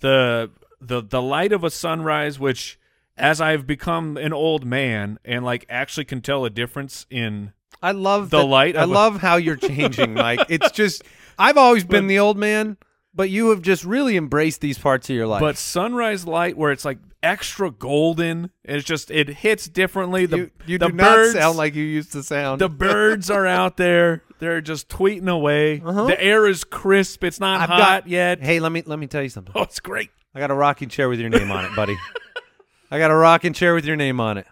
Speaker 3: The the the light of a sunrise, which as I've become an old man and like actually can tell a difference in
Speaker 5: I love
Speaker 3: The light
Speaker 5: I
Speaker 3: of a-
Speaker 5: love how you're changing, Mike. It's just I've always been the old man, but you have just really embraced these parts of your life.
Speaker 3: but sunrise light where it's like extra golden. It's just it hits differently. The
Speaker 5: you, you
Speaker 3: the
Speaker 5: do
Speaker 3: birds,
Speaker 5: not sound like you used to sound.
Speaker 3: the birds are out there. They're just tweeting away.
Speaker 5: Uh-huh.
Speaker 3: The air is crisp. It's not
Speaker 5: I've
Speaker 3: hot
Speaker 5: got
Speaker 3: yet.
Speaker 5: Hey, let me let me tell you something.
Speaker 3: Oh, it's great.
Speaker 5: I got a rocking chair with your name on it, buddy. I got a rocking chair with your name on it.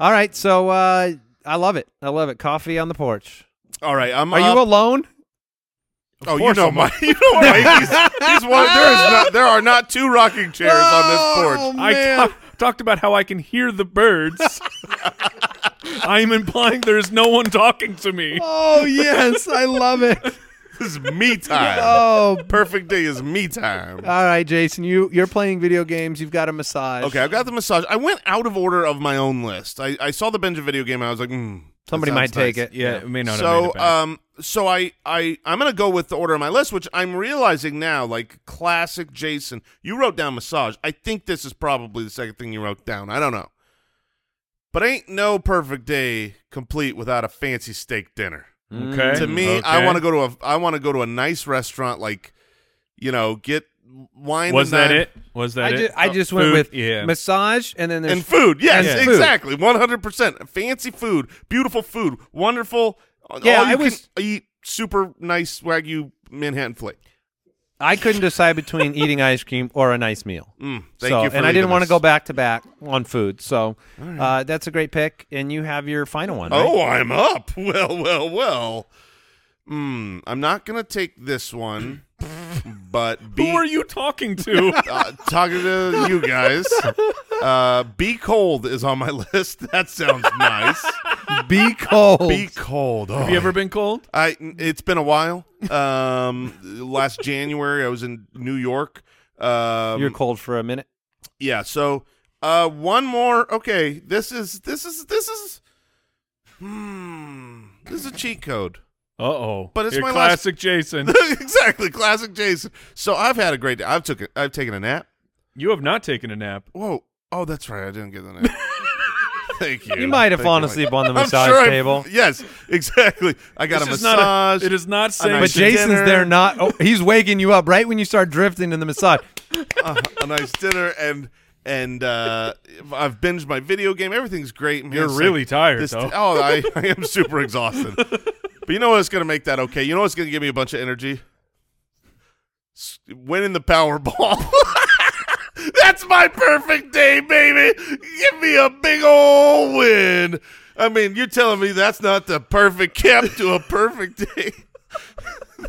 Speaker 5: All right, so uh, I love it. I love it. Coffee on the porch.
Speaker 4: All right, I'm.
Speaker 5: Are you
Speaker 4: up.
Speaker 5: alone?
Speaker 4: Oh, you know Mike. You know Mike. He's, he's one. There is not. There are not two rocking chairs
Speaker 5: Oh,
Speaker 4: on this porch.
Speaker 3: I ta- talked about how I can hear the birds. I'm implying there's no one talking to me.
Speaker 5: Oh yes, I love it.
Speaker 4: This is me time.
Speaker 5: Oh,
Speaker 4: Perfect day is me time.
Speaker 5: all right, Jason. You you're playing video games. You've got a massage.
Speaker 4: Okay, I've got the massage. I went out of order of my own list. I, I saw the Benja video game. and I was like, mm, that
Speaker 5: Somebody might
Speaker 4: sounds
Speaker 5: take
Speaker 4: nice.
Speaker 5: it.
Speaker 3: Yeah, it may not have made
Speaker 4: so
Speaker 3: it back.
Speaker 4: um so I I I'm gonna go with the order of my list, which I'm realizing now, like classic Jason. You wrote down massage. I think this is probably the second thing you wrote down. I don't know, but ain't no perfect day complete without a fancy steak dinner.
Speaker 3: okay.
Speaker 4: To me, I want to go to a I want to go to a nice restaurant, like you know, get wine.
Speaker 3: Was
Speaker 4: and
Speaker 3: that
Speaker 4: dine-
Speaker 3: it? Was that
Speaker 5: I,
Speaker 3: it?
Speaker 5: ju- I
Speaker 3: Oh,
Speaker 5: just went
Speaker 3: food?
Speaker 5: with
Speaker 3: yeah.
Speaker 5: massage, and then there's
Speaker 4: and food. Yes,
Speaker 5: and food.
Speaker 4: exactly. One hundred percent. Fancy food, beautiful food, wonderful.
Speaker 5: Yeah,
Speaker 4: all you
Speaker 5: I was-
Speaker 4: can eat super nice wagyu Manhattan flake.
Speaker 5: I couldn't decide between eating ice cream or a nice meal.
Speaker 4: Mm, thank
Speaker 5: so,
Speaker 4: you. For
Speaker 5: and I didn't want to
Speaker 4: want
Speaker 5: go back to back on food. So uh, that's a great pick, and you have your final one. right?
Speaker 4: Oh, I'm up. Well, well, well. Hmm. I'm not gonna take this one, but be,
Speaker 3: Who are you talking to?
Speaker 4: Uh, talking to you guys. Uh, be cold is on my list. That sounds nice.
Speaker 5: be cold.
Speaker 4: Oh, be cold. Oh,
Speaker 3: have you ever been cold?
Speaker 4: I it's been a while. Um, last January I was in New York. Um,
Speaker 5: You're cold for a minute.
Speaker 4: yeah. So uh, one more. Okay, this is this is this is. Hmm, this is a cheat code.
Speaker 3: Uh oh.
Speaker 4: But it's
Speaker 3: Your
Speaker 4: my last-
Speaker 3: classic Jason.
Speaker 4: exactly, classic Jason. So I've had a great day. I've took a, I've taken a nap.
Speaker 3: You have not taken a nap.
Speaker 4: Whoa. Oh, that's right. I didn't get the nap. Thank you.
Speaker 5: You might have
Speaker 4: Thank
Speaker 5: fallen
Speaker 4: you, Mike.
Speaker 5: asleep on the
Speaker 4: I'm
Speaker 5: massage
Speaker 4: sure I-
Speaker 5: table.
Speaker 4: yes, exactly. I got
Speaker 3: This
Speaker 4: a
Speaker 3: is not a-
Speaker 4: massage.
Speaker 3: it is not safe.
Speaker 4: nice
Speaker 5: But
Speaker 4: But
Speaker 5: Jason's
Speaker 4: Jason's dinner.
Speaker 5: there
Speaker 4: there
Speaker 5: not. Oh, he's waking you up right when you start drifting in the massage.
Speaker 4: uh, a nice dinner and and uh, I've binged my video game. Everything's great. Man.
Speaker 3: You're
Speaker 4: It's
Speaker 3: really tired,
Speaker 4: this-
Speaker 3: though.
Speaker 4: oh, I, I am super exhausted. but you know what's going to make that okay? You know what's going to give me a bunch of energy? S- Winning the Powerball. That's my perfect day, baby. Give me a big old win. I mean, you're telling me that's not the perfect cap to a perfect day.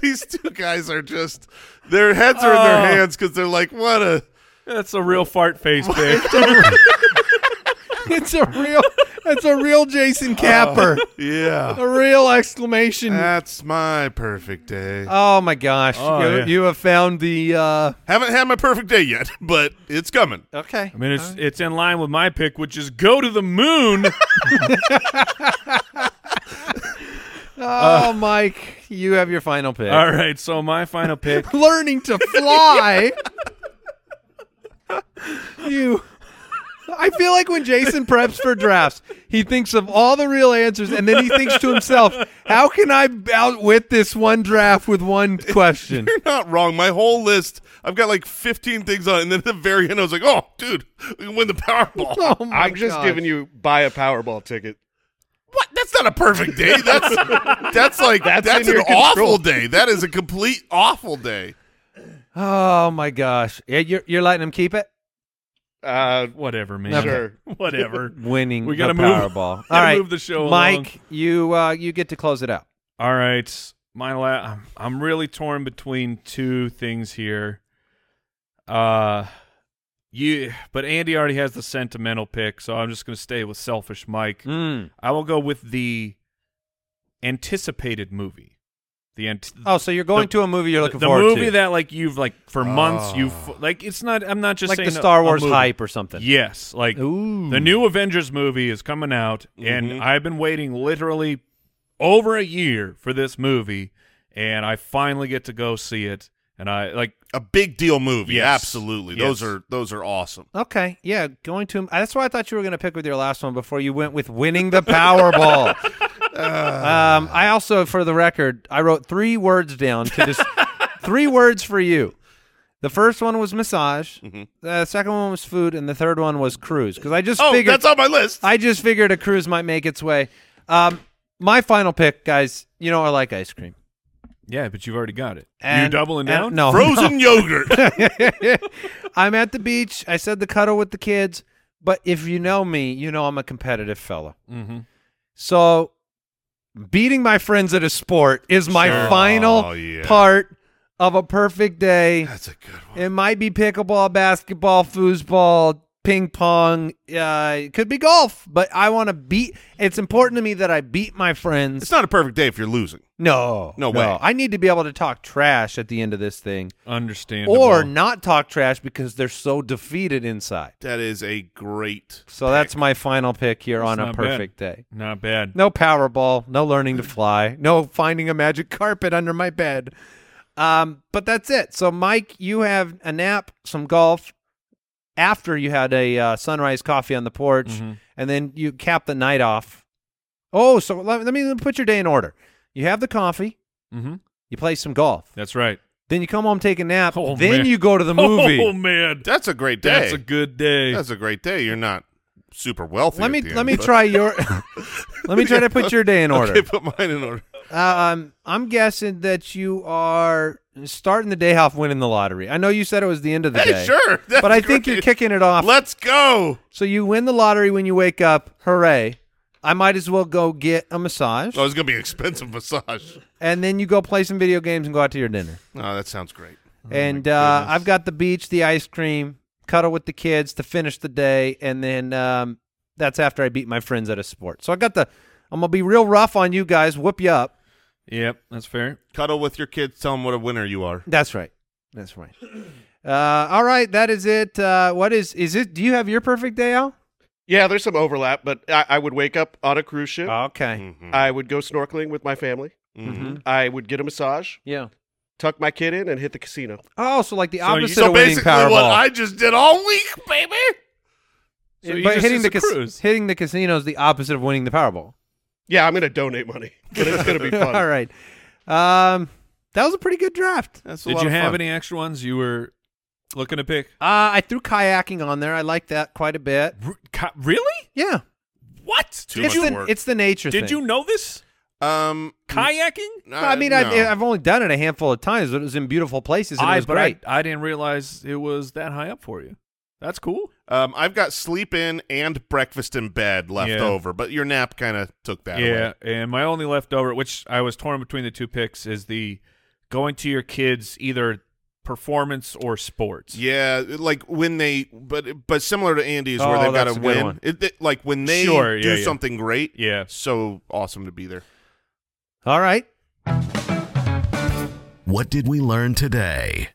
Speaker 4: These two guys are just their heads are in
Speaker 3: Oh.
Speaker 4: their hands because they're like, what a
Speaker 3: That's a real fart face, babe.
Speaker 5: It's a real.
Speaker 2: That's a real Jason
Speaker 4: Oh.
Speaker 2: Capper.
Speaker 4: yeah.
Speaker 2: A real exclamation.
Speaker 4: That's my perfect day.
Speaker 5: Oh my gosh!
Speaker 3: Oh,
Speaker 5: you,
Speaker 3: yeah.
Speaker 5: you have found the. Uh,
Speaker 4: Haven't had my perfect day yet, but it's coming.
Speaker 5: okay.
Speaker 3: I mean, it's it's in line with my pick, which is go to the moon.
Speaker 4: Ah.
Speaker 5: Oh, Mike, you have your final pick.
Speaker 3: All right, so my final pick.
Speaker 2: Learning to fly.
Speaker 5: you. I feel like when Jason preps for drafts, he thinks of all the real answers, and then he thinks to himself, "How can I outwit this one draft with one question?"
Speaker 4: You're not wrong. My whole list, I've got like 15 things on it, and then at the very end, I was like, oh, dude, we can win the Powerball.
Speaker 5: Oh my
Speaker 6: I'm just
Speaker 5: gosh.
Speaker 6: giving you buy a Powerball ticket.
Speaker 4: What? That's not a perfect day. That's that's like that's,
Speaker 6: That's in
Speaker 4: an
Speaker 6: your control.
Speaker 4: awful day. That is a complete awful day.
Speaker 5: Oh my gosh! Yeah, you're you're letting him keep it.
Speaker 6: Uh,
Speaker 3: Whatever, man.
Speaker 6: Sure.
Speaker 3: Whatever.
Speaker 5: Winning.
Speaker 3: We gotta
Speaker 5: the
Speaker 3: move-
Speaker 5: Powerball. All
Speaker 3: gotta
Speaker 5: right,
Speaker 3: move the show
Speaker 5: Mike.
Speaker 3: along.
Speaker 5: You uh, you get to close it out.
Speaker 3: All right, my la- I'm- I'm really torn between two things here. Uh, you, but Andy already has the sentimental pick, so I'm just gonna stay with selfish Mike.
Speaker 5: Mm.
Speaker 3: I will go with the anticipated movie. The ant-
Speaker 5: Oh, so you're going
Speaker 3: The-
Speaker 5: to a movie you're looking
Speaker 3: the
Speaker 5: forward
Speaker 3: movie
Speaker 5: to, Ah.
Speaker 3: that like you've like for months you've like it's not I'm not just
Speaker 5: like
Speaker 3: saying
Speaker 5: the
Speaker 3: a-
Speaker 5: Star
Speaker 3: a
Speaker 5: Wars
Speaker 3: movie.
Speaker 5: hype or something.
Speaker 3: Yes, like
Speaker 5: Ooh. Mm-hmm.
Speaker 3: the new Avengers movie is coming out, and I've been waiting literally over a year for this movie, and I finally get to go see it. And I like
Speaker 4: A big deal movie.
Speaker 3: Yes.
Speaker 4: Absolutely. Those
Speaker 3: Yes.
Speaker 4: are those are awesome.
Speaker 5: Okay, yeah, going to. That's why I thought you were going to pick with your last one before you went with winning the Powerball. um, I also, for the record, I wrote three words down to this. three words for you. The first one was massage. The second one was food, and the third one was cruise. Because I just
Speaker 4: Oh,
Speaker 5: figured
Speaker 4: that's on my list.
Speaker 5: I just figured a cruise might make its way. Um, my final pick, guys. You know I like ice cream.
Speaker 3: yeah, but you've already got it. you
Speaker 5: And-
Speaker 3: doubling
Speaker 5: and-
Speaker 3: down?
Speaker 5: no,
Speaker 4: Frozen yogurt.
Speaker 5: I'm at the beach. I said the cuddle with the kids, but if you know me, you know I'm a competitive fella.
Speaker 3: Mm-hmm.
Speaker 5: So beating my friends at a sport is my
Speaker 4: Sure.
Speaker 5: final
Speaker 4: Oh, yeah.
Speaker 5: part of a perfect day.
Speaker 4: that's a good one.
Speaker 5: It might be pickleball, basketball, foosball, ping pong. Uh, it could be golf, but I want to beat. It's important to me that I beat my friends.
Speaker 4: It's not a perfect day if you're losing.
Speaker 5: no,
Speaker 4: No way.
Speaker 5: I need to be able to talk trash at the end of this thing,
Speaker 3: Understandable.
Speaker 5: or not talk trash because they're so defeated inside.
Speaker 4: That is a great.
Speaker 5: So that's my final pick here on a
Speaker 3: not bad.
Speaker 5: perfect day.
Speaker 3: not bad.
Speaker 5: No Powerball, no learning to fly, no finding a magic carpet under my bed. Um, but that's it. So, Mike, you have a nap, some golf after you had a uh, sunrise coffee on the porch,
Speaker 3: Mm-hmm.
Speaker 5: and then you cap the night off. Oh, so let, let me let me put your day in order. You have the coffee,
Speaker 3: Mm-hmm.
Speaker 5: you play some golf,
Speaker 3: That's right.
Speaker 5: then you come home, take a nap,
Speaker 3: Oh,
Speaker 5: then
Speaker 3: man.
Speaker 5: you go to the movie.
Speaker 3: Oh man,
Speaker 4: That's a great day.
Speaker 3: that's a good day.
Speaker 4: That's a great day. You're not super wealthy.
Speaker 5: let
Speaker 4: at
Speaker 5: me
Speaker 4: the
Speaker 5: let
Speaker 4: end,
Speaker 5: me
Speaker 4: but-
Speaker 5: try your let me try to put your day in order.
Speaker 4: Okay, put mine in order.
Speaker 5: Um, I'm guessing that you are starting the day off winning the lottery. I know you said it was the end of the
Speaker 4: Hey,
Speaker 5: day.
Speaker 4: sure. That's
Speaker 5: but I think you're
Speaker 4: great.
Speaker 5: kicking it off.
Speaker 4: Let's go.
Speaker 5: so you win the lottery when you wake up. Hooray. I might as well go get a massage.
Speaker 4: Oh, it's gonna be an expensive massage.
Speaker 5: And then you go play some video games and go out to your dinner.
Speaker 4: Oh, that sounds great.
Speaker 5: and uh, I've got the beach, the ice cream, cuddle with the kids to finish the day. And then um, that's after I beat my friends at a sport. So I got the, I'm going to be real rough on you guys, whoop you up.
Speaker 3: yep, that's fair.
Speaker 4: Cuddle with your kids. Tell them what a winner you are.
Speaker 5: That's right. That's right. Uh, all right, that is it. Uh, what is is it? Do you have your perfect day, Al?
Speaker 6: Yeah, there's some overlap, but I, I would wake up on a cruise ship.
Speaker 5: Ah.
Speaker 3: Mm-hmm.
Speaker 5: Okay.
Speaker 6: I would go snorkeling with my family.
Speaker 5: Mm-hmm.
Speaker 4: Mm-hmm.
Speaker 6: I would get a massage,
Speaker 5: Yeah.
Speaker 6: tuck my kid in, and hit the casino.
Speaker 5: Oh, so like the
Speaker 3: So you-
Speaker 5: opposite
Speaker 3: so
Speaker 4: So
Speaker 5: of winning
Speaker 4: basically,
Speaker 5: Powerball,
Speaker 4: what I just did all week, baby.
Speaker 3: So you
Speaker 5: but
Speaker 3: just-
Speaker 5: hitting
Speaker 3: it's
Speaker 5: the
Speaker 3: a
Speaker 5: cas-
Speaker 3: cruise.
Speaker 5: hitting the casino is the opposite of winning the Powerball.
Speaker 6: Yeah, I'm going to donate money, but it's going to be fun.
Speaker 5: all right. Um, that was a pretty good draft.
Speaker 4: That's a
Speaker 3: Did
Speaker 4: lot
Speaker 3: you
Speaker 4: of
Speaker 3: have
Speaker 4: fun.
Speaker 3: any extra ones you were looking to pick?
Speaker 5: Uh, I threw kayaking on there. I like that quite a bit.
Speaker 3: R- co- really?
Speaker 5: Yeah,
Speaker 3: What?
Speaker 4: Too
Speaker 5: it's
Speaker 4: much
Speaker 5: the
Speaker 4: work.
Speaker 5: it's the nature.
Speaker 3: Did
Speaker 5: thing.
Speaker 3: you know this?
Speaker 4: Um,
Speaker 3: Kayaking?
Speaker 4: n-
Speaker 5: I mean,
Speaker 4: no.
Speaker 5: I, I've only done it a handful of times, but it was in beautiful places. And it
Speaker 3: I,
Speaker 5: was
Speaker 3: but
Speaker 5: great.
Speaker 3: I, I didn't realize it was that high up for you. That's cool.
Speaker 4: Um, I've got sleep in and breakfast in bed left
Speaker 3: Yeah.
Speaker 4: over, but your nap kind of took that
Speaker 3: yeah,
Speaker 4: away.
Speaker 3: and my only leftover, which I was torn between the two picks, is the going to your kids either performance or sports.
Speaker 4: Yeah, like when they, but but similar to Andy's, where
Speaker 3: Oh,
Speaker 4: they've got
Speaker 3: that's a
Speaker 4: to
Speaker 3: good
Speaker 4: win.
Speaker 3: one.
Speaker 4: It, it- like when they
Speaker 3: Sure,
Speaker 4: do
Speaker 3: yeah, yeah.
Speaker 4: something great.
Speaker 3: Yeah.
Speaker 4: so awesome to be there.
Speaker 5: All right.
Speaker 1: What did we learn today?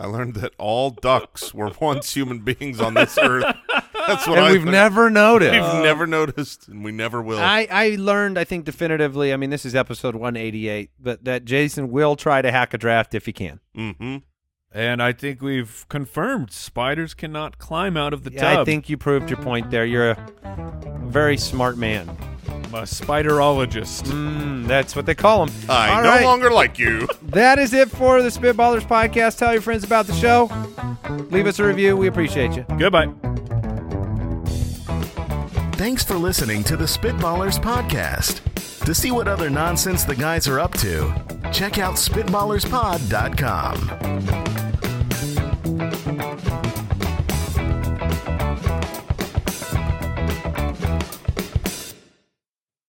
Speaker 4: I learned that all ducks were once human beings on this earth. That's what
Speaker 5: And
Speaker 4: I
Speaker 5: we've
Speaker 4: learned.
Speaker 5: never noticed.
Speaker 4: We've
Speaker 5: Uh,
Speaker 4: never noticed, and we never will.
Speaker 5: I, I learned, I think, definitively. I mean, this is episode 188, but that Jason will try to hack a draft if he can.
Speaker 4: mm-hmm.
Speaker 3: And I think we've confirmed spiders cannot climb out of the
Speaker 5: Yeah,
Speaker 3: tub.
Speaker 5: I think you proved your point there. You're a very smart man.
Speaker 3: I'm a spiderologist.
Speaker 5: Mm, that's what they call him.
Speaker 4: Hmm. I
Speaker 5: All
Speaker 4: no
Speaker 5: right.
Speaker 4: longer like you.
Speaker 5: That is it for the Spitballers podcast. Tell your friends about the show. Leave us a review. We appreciate you.
Speaker 3: Goodbye.
Speaker 1: Thanks for listening to the Spitballers Podcast. To see what other nonsense the guys are up to, check out SpitballersPod.com.